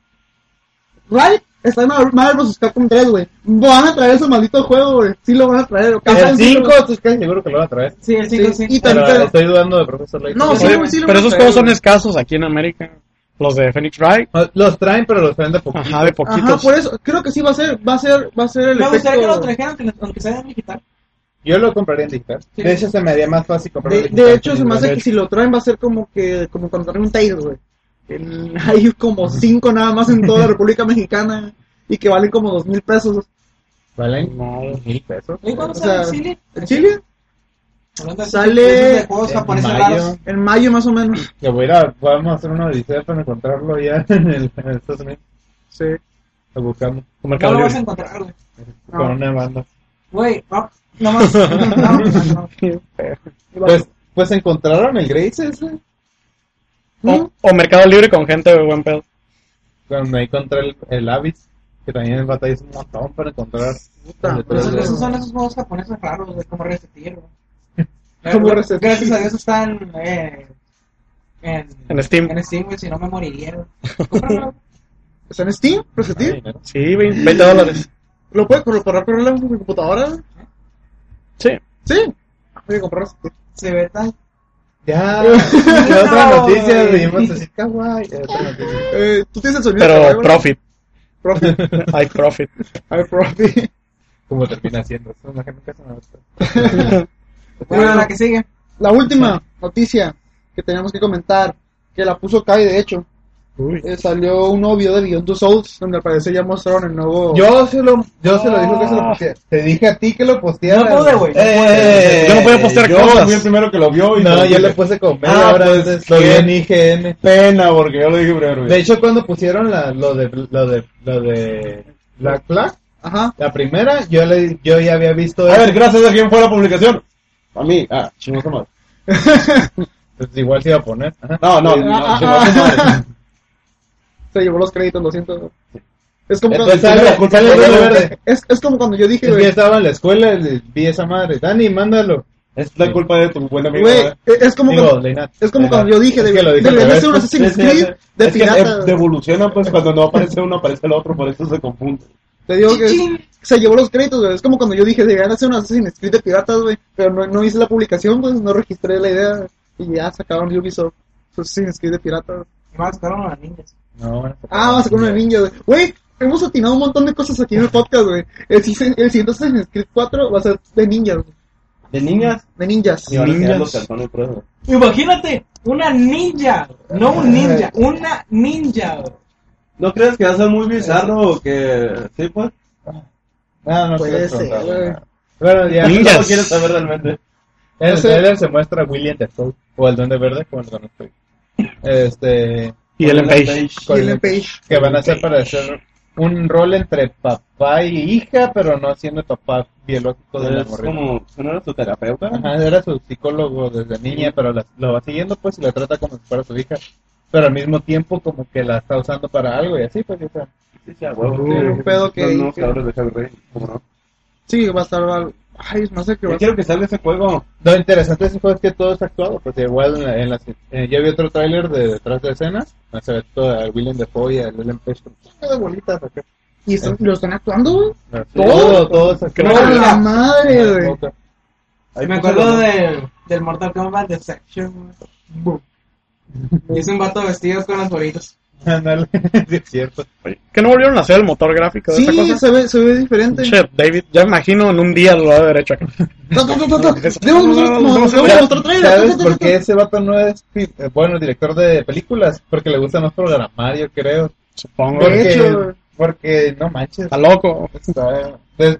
Speaker 2: Right está en Mar- Marvel vs. Capcom 3, güey. Van a traer su maldito juego, güey. Sí lo van a traer. Capcom
Speaker 6: El
Speaker 2: sí lo-
Speaker 6: 5, estoy casi seguro que lo van a traer.
Speaker 5: Sí, el 5 sí.
Speaker 2: Y
Speaker 6: Pero
Speaker 2: también.
Speaker 6: estoy dudando de Profesor Layton.
Speaker 2: No, sí,
Speaker 4: Oye,
Speaker 2: güey, sí lo
Speaker 4: Pues pero
Speaker 2: van a
Speaker 4: esos
Speaker 2: traer,
Speaker 4: juegos son
Speaker 2: güey.
Speaker 4: escasos aquí en América. Los de Phoenix Wright.
Speaker 6: Los traen, pero los traen de poquito.
Speaker 4: Ajá, de poquitos.
Speaker 2: Ajá, por eso. Creo que sí va a ser. Va a ser, va a ser el
Speaker 5: Me gustaría que lo
Speaker 2: efecto.
Speaker 5: trajeran, que- aunque sea en digital.
Speaker 6: Yo lo compraría en digital.
Speaker 5: Sí.
Speaker 6: De hecho, se me haría más fácil comprarlo
Speaker 2: De,
Speaker 6: en digital
Speaker 2: de hecho,
Speaker 6: que
Speaker 2: se me hace
Speaker 6: en
Speaker 2: que si lo traen va a ser como que como cuando traen un Tails, güey. En- Hay como cinco nada más en toda la República Mexicana y que valen como dos mil pesos.
Speaker 6: ¿Valen?
Speaker 4: No.
Speaker 6: ¿Mil pesos?
Speaker 5: ¿Y
Speaker 2: O
Speaker 5: cuándo
Speaker 2: sea,
Speaker 5: sale el Chile?
Speaker 2: ¿En Chile?
Speaker 5: Hablando de
Speaker 2: sale
Speaker 5: esos de juegos
Speaker 6: en
Speaker 5: japoneses
Speaker 6: mayo.
Speaker 5: raros.
Speaker 2: En mayo más o menos.
Speaker 6: Le voy a ir a... Vamos a hacer una odisea para encontrarlo ya en, el, en Estados Unidos.
Speaker 2: Sí.
Speaker 6: Lo buscamos.
Speaker 4: Un
Speaker 5: No
Speaker 4: mercado
Speaker 5: lo vas a
Speaker 4: libre.
Speaker 5: encontrar, güey.
Speaker 2: No.
Speaker 6: Con una banda.
Speaker 5: Güey, no, no más. No, no, no.
Speaker 6: Pues, pues encontraron el Grace ese.
Speaker 4: O, o mercado libre con gente de buen pedo.
Speaker 6: Cuando ahí encontré el, el Abyss. Que también en batalla es un montón para encontrar.
Speaker 2: Puta,
Speaker 6: el de
Speaker 5: Pero esos,
Speaker 6: 3D.
Speaker 5: esos son esos juegos japoneses raros, güey, como resetir, güey.
Speaker 2: Como
Speaker 5: Gra-
Speaker 2: Resetir.
Speaker 5: Gracias a Dios están eh, en,
Speaker 4: En Steam.
Speaker 5: En Steam, güey, si no me moriría, güey. Cómpralo.
Speaker 2: ¿Está en Steam? ¿Resetir?
Speaker 6: Ay, ¿no?
Speaker 4: Sí, güey, 20 dólares.
Speaker 2: ¿Lo puedes cor- correr por la computadora?
Speaker 4: Sí.
Speaker 2: Sí. Voy a comprar Resetir.
Speaker 5: Se ve tan.
Speaker 6: Ya. Y otra
Speaker 5: No,
Speaker 6: noticia.
Speaker 5: güey.
Speaker 6: Dijimos así, kawaii. y otra noticia.
Speaker 2: Eh, ¿Tú tienes el sonido? todavía,
Speaker 4: Pero
Speaker 2: güey?
Speaker 4: profit.
Speaker 2: Profit.
Speaker 4: Hay profit.
Speaker 2: A ver, profit.
Speaker 6: Como termina siendo. Es una que nunca se me gusta.
Speaker 5: Bueno,
Speaker 2: Bueno.
Speaker 5: la que sigue.
Speaker 2: La última noticia que teníamos que comentar, que la puso Kai de hecho,
Speaker 4: Uy.
Speaker 2: eh, salió un nuevo video de Beyond Two Souls, donde al parecer ya mostraron el nuevo...
Speaker 6: Yo se lo, yo se lo dije que se lo posteara. Te dije a ti que lo posteara.
Speaker 5: No pude, güey.
Speaker 4: Yo no podía postear
Speaker 3: Eh, yo
Speaker 4: cosas.
Speaker 3: fui el primero que lo vio y
Speaker 6: No, yo le
Speaker 3: puse
Speaker 6: puse con media
Speaker 3: Ah,
Speaker 6: hora
Speaker 3: pues,
Speaker 6: antes, Lo vi en IGN.
Speaker 3: pena porque yo lo dije primero.
Speaker 6: De hecho, cuando pusieron la, lo de lo de lo de Black Flag,
Speaker 2: Ajá.
Speaker 6: la primera, yo le, yo ya había visto.
Speaker 3: a
Speaker 6: eso.
Speaker 3: ver, gracias a quien fue la publicación. A mí, ah, chingos a madre.
Speaker 6: Pues igual se iba a poner. Ajá.
Speaker 3: No, no,
Speaker 2: Ah,
Speaker 3: no,
Speaker 2: ah,
Speaker 3: chingos a madre.
Speaker 2: Se llevó los créditos, lo siento. Es como,
Speaker 6: Entonces
Speaker 2: cuando,
Speaker 6: sale,
Speaker 3: la culpa
Speaker 6: sale
Speaker 3: fue
Speaker 6: el
Speaker 3: de
Speaker 6: duende
Speaker 3: la-
Speaker 6: verde.
Speaker 2: es, es como cuando yo dije,
Speaker 6: Es que
Speaker 2: güey,
Speaker 6: yo estaba en la escuela y vi esa madre. Dani, mándalo.
Speaker 3: Es la culpa de tu buen amigo.
Speaker 2: güey,
Speaker 3: ¿verdad?
Speaker 2: eh, es como,
Speaker 6: Digo,
Speaker 2: cuando-
Speaker 6: Leinat.
Speaker 2: es como
Speaker 6: Leinat.
Speaker 2: cuando yo dije,
Speaker 6: Es
Speaker 2: de,
Speaker 6: que lo dije al
Speaker 2: deberían
Speaker 6: revés.
Speaker 2: hacer un Assassin's
Speaker 3: Es que-
Speaker 2: Creed de
Speaker 3: es que
Speaker 2: pirata.
Speaker 3: de- Devoluciona, pues cuando no aparece uno, aparece el otro, por eso se confunde.
Speaker 2: Te digo que se llevó los créditos, güey. Es como cuando yo dije, deberían hacer un Assassin's Creed de piratas, güey. Pero no, no hice la publicación, pues no registré la idea. Y ya sacaron Ubisoft. su Assassin's Creed de piratas.
Speaker 5: Y más cabrón a las niñas.
Speaker 6: No, bueno,
Speaker 2: Ah, vamos a sacar una ninja, güey. Güey, hemos atinado un montón de cosas aquí en el podcast, güey. El, si- el siguiente Assassin's Creed 4 va a ser de ninjas, güey.
Speaker 3: De niñas.
Speaker 2: De ninjas.
Speaker 3: Y van a quedar
Speaker 4: Niñas.
Speaker 3: los calzones por eso.
Speaker 5: Imagínate, una ninja. No un ninja, una ninja. güey.
Speaker 3: ¿No crees que va a ser muy bizarro o que.? Sí, pues.
Speaker 6: Ah, No, no
Speaker 2: Puede
Speaker 6: quiero
Speaker 2: ser,
Speaker 6: contar,
Speaker 2: güey.
Speaker 6: no. Bueno, ya.
Speaker 4: Ninja.
Speaker 3: No lo quieres saber realmente.
Speaker 6: En
Speaker 2: No
Speaker 6: el
Speaker 2: sé.
Speaker 6: trailer se muestra a William Defoe, o el Duende Verde, como lo conozco. Este,
Speaker 4: Y el Page.
Speaker 2: Y
Speaker 6: con-
Speaker 2: el Page.
Speaker 6: que van a hacer para hacer un rol entre papá y hija, pero no siendo papá biológico de la
Speaker 3: Es
Speaker 6: morrita.
Speaker 3: como. ¿No era tu terapeuta?
Speaker 6: Ajá, era su psicólogo desde niña, pero la, lo va siguiendo pues y la trata como si fuera su hija. Pero al mismo tiempo como que la está usando para algo y así pues. o sea,
Speaker 3: Sí, sí, a huevo.
Speaker 2: Uh,
Speaker 3: Sí.
Speaker 2: un pedo que-
Speaker 3: Los nuevos
Speaker 2: que-
Speaker 3: cabrones de Heavy Rain, ¿cómo no?
Speaker 2: Sí, va a estar. va- Ay, no sé qué va
Speaker 3: Yo
Speaker 2: a ser.
Speaker 3: quiero que salga ese juego.
Speaker 6: Lo interesante de ese juego es que todo es actuado, pues igual en la, en las- eh, yo vi otro tráiler de detrás de escenas, o sea, todo a William Defoe y a Ellen Page, como, "Ah, de bolitas, acá".
Speaker 2: ¿Y están- lo están actuando, güey?
Speaker 6: Todo, todo es
Speaker 4: Que
Speaker 6: actuado.
Speaker 4: no
Speaker 2: ¡A
Speaker 4: era-
Speaker 2: la madre, güey!
Speaker 3: Ahí
Speaker 5: Me
Speaker 3: puse
Speaker 5: acuerdo
Speaker 3: los-
Speaker 5: del, del Mortal Kombat de Section. Y es un vato vestido con las bolitas.
Speaker 6: Ándale, sí, es cierto.
Speaker 4: Que no volvieron a hacer el motor gráfico de esa
Speaker 2: Sí,
Speaker 4: cosa.
Speaker 2: se ve, se ve diferente.
Speaker 4: Che, David, ya imagino en un día lo va a haber hecho acá.
Speaker 2: Ta, ta, ta, ta, ta.
Speaker 4: Eso.
Speaker 2: Debemos mostrar-
Speaker 4: No, no, no, no,
Speaker 2: debemos
Speaker 4: no,
Speaker 2: mostrar trailer. Ta,
Speaker 6: ¿Sabes
Speaker 2: ta, ta, ta.
Speaker 6: por qué ese vato no es pi- eh, bueno director de películas? Porque le gusta más programar, yo creo.
Speaker 2: De
Speaker 4: Supongo.
Speaker 6: Porque,
Speaker 2: hecho.
Speaker 6: porque no manches.
Speaker 4: Está loco.
Speaker 6: está- des-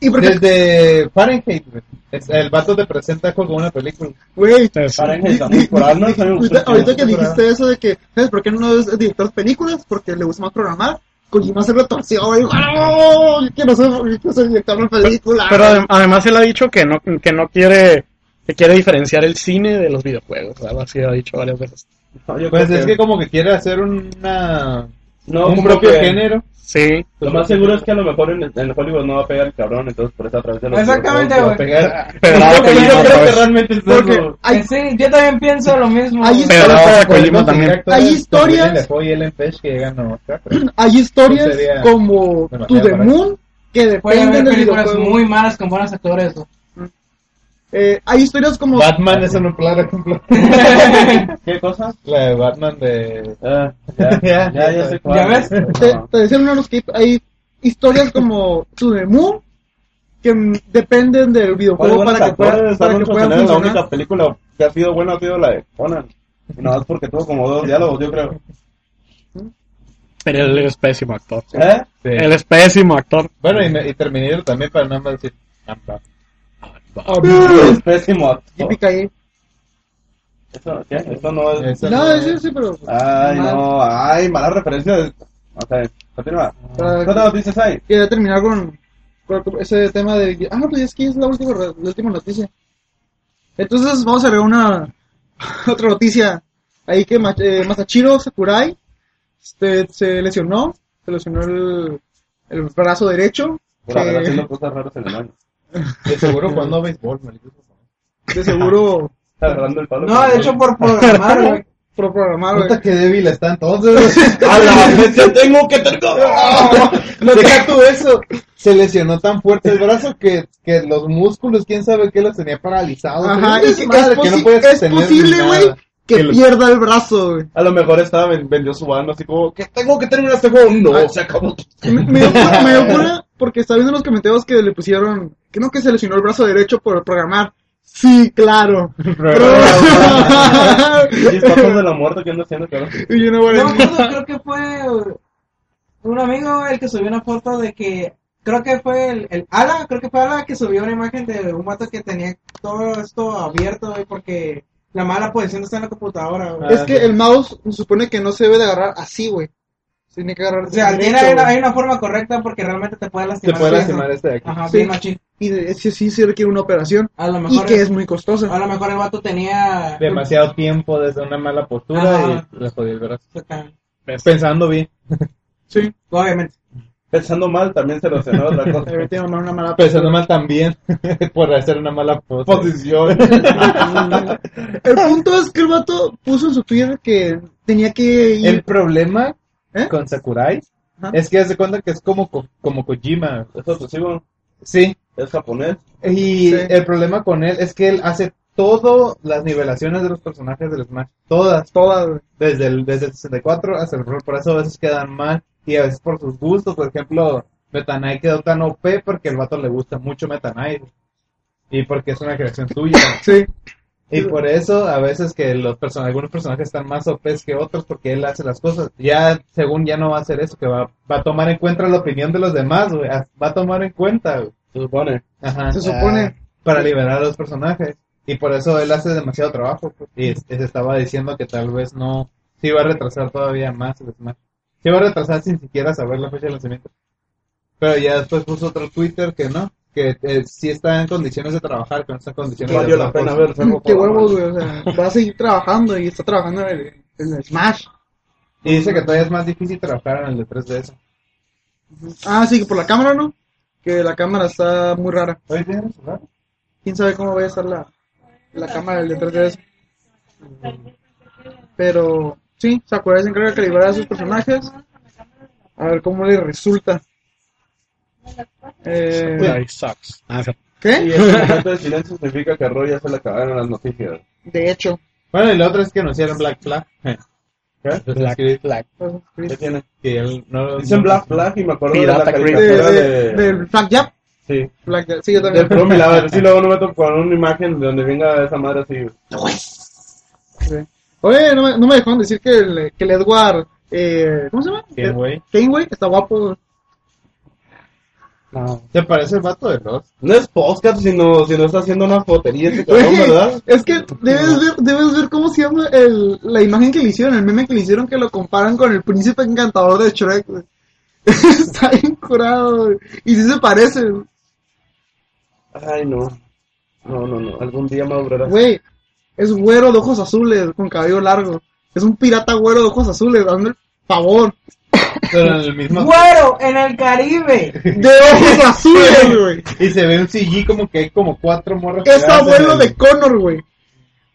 Speaker 2: ¿Y por qué?
Speaker 6: desde Fahrenheit, güey, es- el vato te presenta como una película.
Speaker 2: Güey.
Speaker 4: Es-
Speaker 3: Fahrenheit también, por algo, no sabemos
Speaker 2: Ahorita,
Speaker 3: por
Speaker 2: ahorita
Speaker 3: qué.
Speaker 2: que dijiste eso de que, ¿sabes por qué no es director de películas? Porque le gusta más programar. Kojima se retorció y dijo, "Ah, oh, no, yo quiero ser, yo quiero ser director de películas.
Speaker 4: Pero adem- además él ha dicho que no, que no quiere, que quiere diferenciar el cine de los videojuegos. Algo así ha dicho varias veces.
Speaker 3: No, yo
Speaker 6: Pues
Speaker 3: creo
Speaker 6: es que como que quiere hacer una
Speaker 3: no,
Speaker 6: un
Speaker 3: como
Speaker 6: propio
Speaker 3: que
Speaker 6: género.
Speaker 4: Sí.
Speaker 3: Lo más seguro es que a lo mejor en, en Hollywood no va a pegar el cabrón, entonces por esa a través de los
Speaker 5: Exactamente,
Speaker 3: videojuegos,
Speaker 5: güey.
Speaker 4: ah,
Speaker 6: Pegar.
Speaker 4: Pedrada
Speaker 5: Porque
Speaker 4: Kojima
Speaker 5: yo
Speaker 4: otra
Speaker 5: creo
Speaker 4: vez.
Speaker 6: realmente es
Speaker 2: Porque
Speaker 6: algo-
Speaker 2: hay,
Speaker 5: Eh, Sí, yo también pienso lo mismo.
Speaker 2: Ahí
Speaker 5: güey.
Speaker 2: está.
Speaker 4: Pedrada a
Speaker 6: podemos
Speaker 4: Kojima
Speaker 6: tirar
Speaker 4: también.
Speaker 6: todas
Speaker 2: Hay
Speaker 6: las
Speaker 2: historias.
Speaker 6: William Dafoe y Ellen Page que llegan a Oscar.
Speaker 2: hay historias
Speaker 6: Sería
Speaker 2: como
Speaker 6: demasiado
Speaker 2: To The
Speaker 6: barato.
Speaker 2: Moon que
Speaker 5: Puede haber
Speaker 2: dependen del
Speaker 5: películas
Speaker 2: videojuego.
Speaker 5: muy malas con buenos actores. güey.
Speaker 2: Eh, hay historias como
Speaker 6: Batman es un claro ejemplo.
Speaker 3: ¿Qué cosa?
Speaker 6: La de Batman de
Speaker 3: Ah, ya, ya, ya, sé cuál.
Speaker 5: ¿Ya ves?
Speaker 2: te,
Speaker 3: Ajá.
Speaker 2: te decía en uno de los clips, hay historias como To The Moon que mm, dependen del videojuego
Speaker 3: Oye,
Speaker 2: para que, pueda,
Speaker 3: actores,
Speaker 2: para que
Speaker 3: Alonso
Speaker 2: pueda
Speaker 3: Fernández, La
Speaker 2: funcionar.
Speaker 3: única película que ha sido buena ha sido la de Conan. Y nada más porque tuvo como dos diálogos, yo creo.
Speaker 4: Pero él es pésimo actor.
Speaker 3: ¿Eh?
Speaker 6: Sí.
Speaker 4: Él es pésimo actor.
Speaker 6: Bueno, y, me- y Terminator también para nada más decir. "Ah, va".
Speaker 2: Ah,
Speaker 3: Es pésimo. actor.
Speaker 2: Yippee-ki-yay.
Speaker 3: Eso, ¿qué? Esto no es...
Speaker 6: Esa
Speaker 2: No,
Speaker 6: no-
Speaker 2: sí, sí, pero
Speaker 3: Ay, no, ay, mala referencia. de- Ok, continúa.
Speaker 2: Ah.
Speaker 3: ¿Cuántas noticias hay?
Speaker 2: quería terminar con, con ese tema de... Ah, pues es que es la última, re- la última noticia. Entonces vamos a ver una otra noticia. Ahí que Ma- eh, Masachiro Sakurai este, se lesionó, se lesionó el, el brazo derecho.
Speaker 3: Por haber
Speaker 2: que-
Speaker 3: haciendo cosas raras en el baño.
Speaker 6: De seguro jugando béisbol, maldito.
Speaker 2: de seguro
Speaker 3: Está agarrando el palo.
Speaker 5: No, de hecho, por programar, güey.
Speaker 2: pro programado.
Speaker 6: Puta que débil están todos.
Speaker 3: ¡A Ah, la vez te tengo que tener...
Speaker 6: No deja tú eso. Se lesionó tan fuerte el brazo que, que los músculos, quién sabe qué, los tenía paralizados.
Speaker 2: Ajá,
Speaker 6: Pero
Speaker 2: y
Speaker 6: es
Speaker 2: que-
Speaker 6: madre,
Speaker 2: es,
Speaker 6: que no
Speaker 2: posi-
Speaker 6: puedes
Speaker 2: es
Speaker 6: sostener
Speaker 2: posible,
Speaker 6: nada.
Speaker 2: güey, que
Speaker 6: Que lo-
Speaker 2: pierda el brazo, güey.
Speaker 3: A lo mejor estaba, ven- vendió su banda así como, que tengo que terminar este juego. No, se acabó.
Speaker 2: Me, me dio cura- me dio cura porque estaba viendo en los comentarios que le pusieron que no que se lesionó el brazo derecho por programar. Sí, claro. Programar.
Speaker 3: Y es patos de la muerte que anda haciendo, cabrón.
Speaker 2: Y yo no voy
Speaker 5: No
Speaker 2: a
Speaker 5: me
Speaker 2: decir.
Speaker 5: acuerdo, creo que fue un amigo güey, el que subió una foto de que. Creo que fue el, el Ala, creo que fue Ala que subió una imagen de un vato que tenía todo esto abierto, güey, porque la mala posición está en la computadora, güey.
Speaker 2: Es que el mouse se supone que no se debe de agarrar así, güey. Se Tiene que agarrar
Speaker 5: O sea,
Speaker 2: derecho,
Speaker 5: tiene, hay, una,
Speaker 2: güey.
Speaker 5: hay una forma correcta porque realmente te puede
Speaker 6: Se
Speaker 5: lastimar.
Speaker 6: puede
Speaker 5: el
Speaker 6: lastimar
Speaker 5: brazo.
Speaker 6: este de aquí.
Speaker 5: Ajá,
Speaker 2: Sí.
Speaker 5: bien machín.
Speaker 2: Y de- sí, sí, sí requiere una operación.
Speaker 5: A lo
Speaker 2: Y
Speaker 5: mejor, Ah,
Speaker 2: que es muy costosa.
Speaker 5: a lo mejor el vato tenía...
Speaker 6: Demasiado tiempo desde una mala postura
Speaker 5: Ajá.
Speaker 6: y le jodí el brazo.
Speaker 5: Exactamente.
Speaker 6: Pensando bien.
Speaker 2: Sí.
Speaker 5: Obviamente.
Speaker 3: Pensando mal, también se lesionó otra cosa.
Speaker 2: Debe tener una mala
Speaker 6: Pensando mal también por hacer una mala postura.
Speaker 3: Posición.
Speaker 2: El punto es que el vato puso en su Twitter que tenía que ir.
Speaker 6: El problema
Speaker 2: ¿Eh?
Speaker 6: con Sakurai
Speaker 2: Ajá.
Speaker 6: es que hace cuenta que es como, Ko- como Kojima.
Speaker 3: Es obsesivo,
Speaker 6: Sí,
Speaker 3: es japonés.
Speaker 6: Y
Speaker 2: Sí.
Speaker 6: el problema con él es que él hace todas las nivelaciones de los personajes del Smash. Todas.
Speaker 2: Todas, güey.
Speaker 6: Desde el, desde el 64 hasta el Brawl. Por eso a veces quedan mal. Y a veces por sus gustos. Por ejemplo, Meta Knight quedó tan OP porque el vato le gusta mucho Meta Knight. Y porque es una creación suya.
Speaker 2: Sí.
Speaker 6: Y por eso a veces que los person algunos personajes están más OPs que otros porque él hace las cosas. Ya, según ya no va a hacer eso, que va, va a tomar en cuenta la opinión de los demás, güey. Va a tomar en cuenta, güey.
Speaker 3: Se supone.
Speaker 6: Ajá.
Speaker 2: Se supone.
Speaker 6: Para liberar a los personajes. Y por eso él hace demasiado trabajo. pues. Y es- se estaba diciendo que tal vez no. Se iba a retrasar todavía más el Smash. Se iba a retrasar sin siquiera saber la fecha de lanzamiento. Pero ya después puso otro Twitter que no. Que eh, sí está en condiciones de trabajar, que no está en condiciones de
Speaker 3: Valió la
Speaker 6: hacer
Speaker 3: pena
Speaker 6: cosas.
Speaker 3: ver
Speaker 2: Qué huevos, güey. O sea, va a seguir trabajando y está trabajando en el, en el Smash.
Speaker 6: Y dice que todavía es más difícil trabajar en el de 3DS.
Speaker 2: Ah, sí, que por la cámara, ¿no? Que la cámara está muy rara.
Speaker 6: Oye, ¿tienes el celular?
Speaker 2: Quién sabe cómo va a estar la, la cámara del detrás de eso. Pero, sí, Sakurai se encarga de calibrar a sus personajes. A ver cómo le resulta. Eh,
Speaker 4: Ahí sucks. Ah, sí.
Speaker 3: Y este
Speaker 2: ¿Qué?
Speaker 3: ese momento de silencio significa que a Roy ya se le acabaron las noticias.
Speaker 2: De hecho.
Speaker 6: Bueno, y la otra es que no hicieron Black Flag.
Speaker 3: ¿Qué?
Speaker 6: Black Flag.
Speaker 3: ¿Qué tiene?
Speaker 6: Que él no,
Speaker 3: Dicen
Speaker 6: no-
Speaker 3: Black Flag y me acuerdo de la
Speaker 4: Pirata Creek.
Speaker 2: De,
Speaker 3: caricatura
Speaker 2: de,
Speaker 3: de...
Speaker 2: del Black Jab.
Speaker 3: Sí.
Speaker 2: Black Jab. Sí, yo
Speaker 3: Del
Speaker 2: también.
Speaker 3: puro milagro. Sí, luego no me topo con una imagen de donde venga esa madre así.
Speaker 2: Sí. Oye, no me, no me dejaron decir que el, que el Edward. Eh, ¿Cómo se llama?
Speaker 6: Kenway.
Speaker 2: Kenway, está guapo.
Speaker 6: ¿Te parece el vato de los?
Speaker 3: No es podcast, sino, sino está haciendo una fotería ese cabrón,
Speaker 2: Güey,
Speaker 3: ¿verdad?
Speaker 2: es que debes ver, debes ver cómo se llama el, la imagen que le hicieron, el meme que le hicieron que lo comparan con el príncipe encantador de Shrek. güey. Está bien curado güey. y sí se parece,
Speaker 3: Ay, no. No, no, no. Algún día madurará.
Speaker 2: güey. Es güero de ojos azules con cabello largo. Es un pirata güero de ojos azules, dame el favor.
Speaker 6: Pero en el mismo.
Speaker 5: ¡Güero! ¡En el Caribe!
Speaker 2: De ojos azules, güey.
Speaker 6: Y se ve un CG como que hay como cuatro morras.
Speaker 2: Es
Speaker 6: pegadas en
Speaker 2: abuelo
Speaker 6: el-
Speaker 2: de Connor, güey.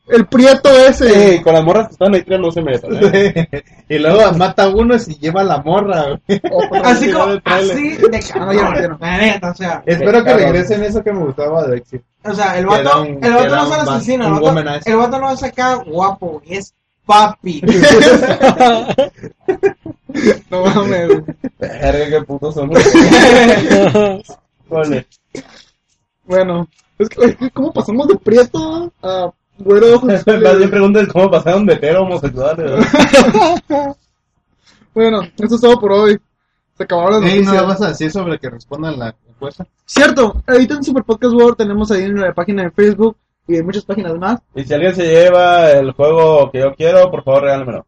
Speaker 2: El prieto ese.
Speaker 3: Ey, con las morras que están ahí tres no se metan. ¿eh?
Speaker 6: y luego mata a uno y se lleva a la morra. güey.
Speaker 5: Así
Speaker 6: Llegaba
Speaker 5: como,
Speaker 6: el trailer.
Speaker 5: así de
Speaker 2: Ah, ya lo
Speaker 5: cabrón.
Speaker 2: vieron.
Speaker 5: La neta, o sea,
Speaker 6: Espero que
Speaker 3: Cabrón.
Speaker 6: regresen eso que me gustaba de Exit.
Speaker 5: o sea, el
Speaker 6: Que era
Speaker 5: vato,
Speaker 6: un-
Speaker 5: el
Speaker 6: que
Speaker 5: vato
Speaker 6: era
Speaker 5: no es
Speaker 6: un
Speaker 5: un asesino,
Speaker 6: ba-
Speaker 5: el
Speaker 6: un
Speaker 5: vato,
Speaker 6: womanizer.
Speaker 5: el vato no es acá guapo, es papi.
Speaker 2: No mames, güey.
Speaker 3: Verga, qué putos son. Vale.
Speaker 2: Bueno, es que, güey, ¿cómo pasamos de prieto a güero de ojos
Speaker 3: Más bien
Speaker 2: azules?
Speaker 3: preguntas cómo pasaron de hetero a homosexual. ¿verdad?
Speaker 2: bueno, eso es todo por hoy. Se acabaron las
Speaker 6: Ey,
Speaker 2: noticias.
Speaker 6: ¿No le vas a decir sobre que respondan la encuesta?
Speaker 2: Cierto, ahorita en Super Podcast World tenemos ahí en la página de Facebook y en muchas páginas más
Speaker 3: Y si alguien se lleva el juego que yo quiero, por favor regálamelo.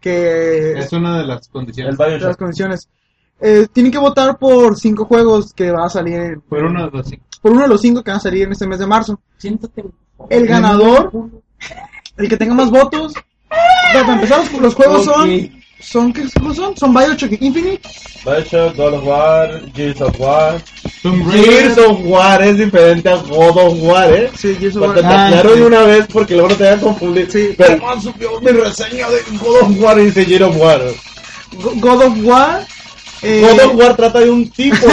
Speaker 2: que
Speaker 6: Es una de las
Speaker 3: El
Speaker 6: condiciones.
Speaker 2: las
Speaker 3: Bioshock.
Speaker 2: condiciones. Eh, tienen que votar por cinco juegos que van a salir,
Speaker 6: Por uno de los cinco.
Speaker 2: por uno de los cinco que van a salir en este mes de marzo.
Speaker 5: Siéntate.
Speaker 2: El ganador, el que tenga más votos. Para empezar, los- los juegos son, son ¿qué juegos son? Son Bioshock Infinite,
Speaker 3: Bioshock, God of War, Gears of War.
Speaker 6: Tomb Raider.
Speaker 3: Gears of War es diferente a God of War, ¿eh?
Speaker 2: sí, Gears of
Speaker 3: Para
Speaker 2: War.
Speaker 3: te aclaro de una vez porque luego no te voy a confundir.
Speaker 2: Sí.
Speaker 3: Pero man subió mi reseña de God of War y dice Gears of War.
Speaker 2: Go- God of War. eh,
Speaker 3: God of War trata de un tipo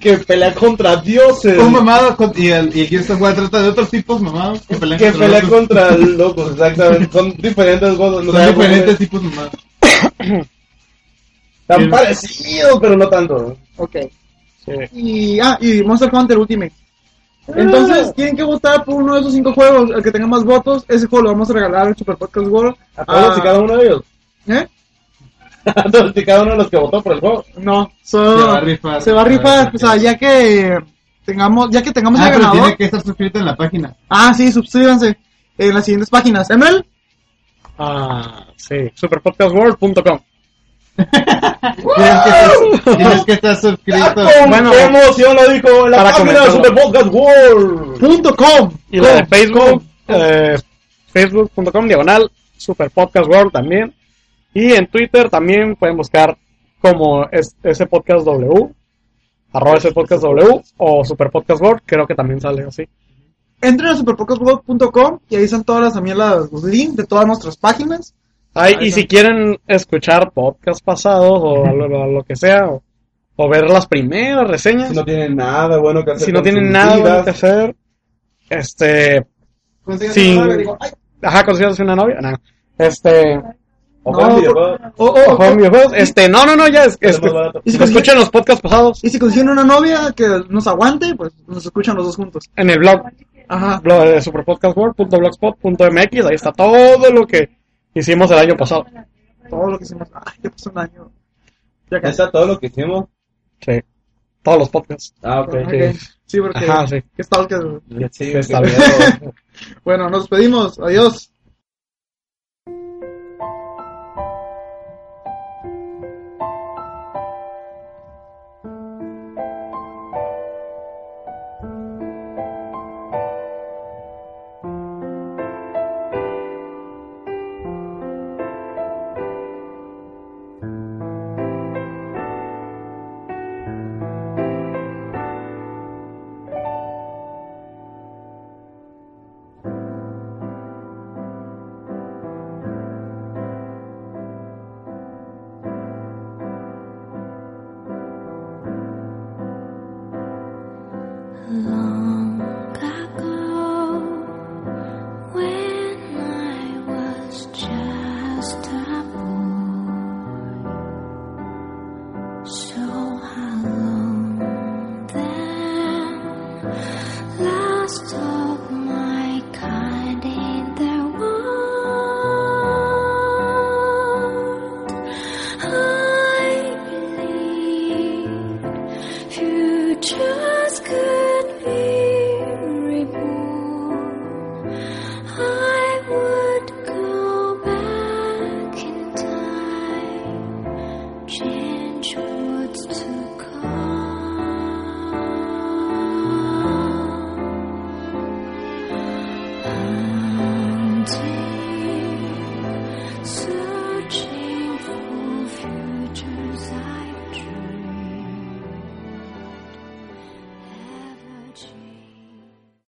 Speaker 3: que pelea contra dioses.
Speaker 6: Un mamado con- y el, y el Gears of War trata de otros tipos mamados que pelean
Speaker 3: que pelea
Speaker 6: otros.
Speaker 3: contra locos, exactamente. Son diferentes God no
Speaker 6: Son
Speaker 3: sabemos,
Speaker 6: diferentes
Speaker 3: ¿eh?
Speaker 6: tipos mamados.
Speaker 3: Tan parecidos, pero no tanto.
Speaker 2: Ok. Y, ah, y Monster Hunter Ultimate.
Speaker 6: Ah.
Speaker 2: Entonces, tienen que votar por uno de esos cinco juegos. El que tenga más votos, ese juego lo vamos a regalar en Super Podcast World.
Speaker 3: A
Speaker 2: Ah.
Speaker 3: todos y cada uno de ellos.
Speaker 2: ¿Eh?
Speaker 3: A todos y cada uno de los que votó por el juego.
Speaker 2: No, so-
Speaker 6: Se va a rifar.
Speaker 2: Se va a rifar. O sea,
Speaker 6: Ah,
Speaker 2: ya que tengamos, ya que tengamos el
Speaker 6: pero
Speaker 2: ganador.
Speaker 6: tiene que estar suscrito en la página.
Speaker 2: Ah, sí, suscríbanse en las siguientes páginas. Emel,
Speaker 4: Ah, sí. Superpodcastworld.com.
Speaker 6: Tienes que estar, tienes que estar suscrito.
Speaker 4: Bueno.
Speaker 3: ¡Qué Ah, emoción lo dijo! La
Speaker 4: Para
Speaker 3: página de
Speaker 4: comentarlo.
Speaker 3: Super Podcast World.
Speaker 2: punto com.
Speaker 4: Y la de
Speaker 2: Com,
Speaker 4: Facebook,
Speaker 2: com.
Speaker 4: eh, facebook.com diagonal, Super Podcast World también. Y en Twitter también pueden buscar como es, ese podcast W, arroba ese podcast W o Super Podcast World, creo que también sale así.
Speaker 2: Entren a superpodcastworld.com y ahí están todas las, también las, los links de todas nuestras páginas.
Speaker 4: Ay,
Speaker 2: Ahí
Speaker 4: y
Speaker 2: está.
Speaker 4: si quieren escuchar podcasts pasados o lo, lo- lo que sea, o, o ver las primeras reseñas,
Speaker 3: Si no tienen nada bueno que hacer.
Speaker 4: si no
Speaker 3: con
Speaker 4: tienen
Speaker 3: sus
Speaker 4: nada bueno
Speaker 3: vidas,
Speaker 4: que hacer, este,
Speaker 2: Consigan
Speaker 4: Sí.
Speaker 2: una novia, digo, ay,
Speaker 4: Ajá, consíganse una novia. No. Este.
Speaker 3: o
Speaker 2: No,
Speaker 3: juegan
Speaker 2: por-
Speaker 3: videojuegos,
Speaker 2: oh, oh,
Speaker 4: o juegan videojuegos. Este, no, no, no, ya. Es,
Speaker 3: que es
Speaker 4: este,
Speaker 3: más barato.
Speaker 2: Y si consigue-
Speaker 4: escuchen los podcasts pasados
Speaker 2: Y si consiguen una novia que nos aguante, pues nos escuchan los dos juntos.
Speaker 4: en el blog,
Speaker 2: Ajá.
Speaker 4: blog eh, de superpodcastworld.blogspot.mx. Ahí está todo lo que hicimos el año pasado.
Speaker 2: Todo lo que hicimos. Ay, ya pasó un año. Ya
Speaker 3: Ahí
Speaker 2: casi.
Speaker 3: está todo lo que hicimos.
Speaker 4: Sí. Todos los podcasts.
Speaker 3: Ah, ok.
Speaker 2: Ok. Sí, porque.
Speaker 4: Ajá, sí.
Speaker 2: qué stalker.
Speaker 3: Sí,
Speaker 4: Qué
Speaker 3: qué
Speaker 4: sabio.
Speaker 3: miedo.
Speaker 2: Bueno, nos despedimos. Adiós.
Speaker 1: to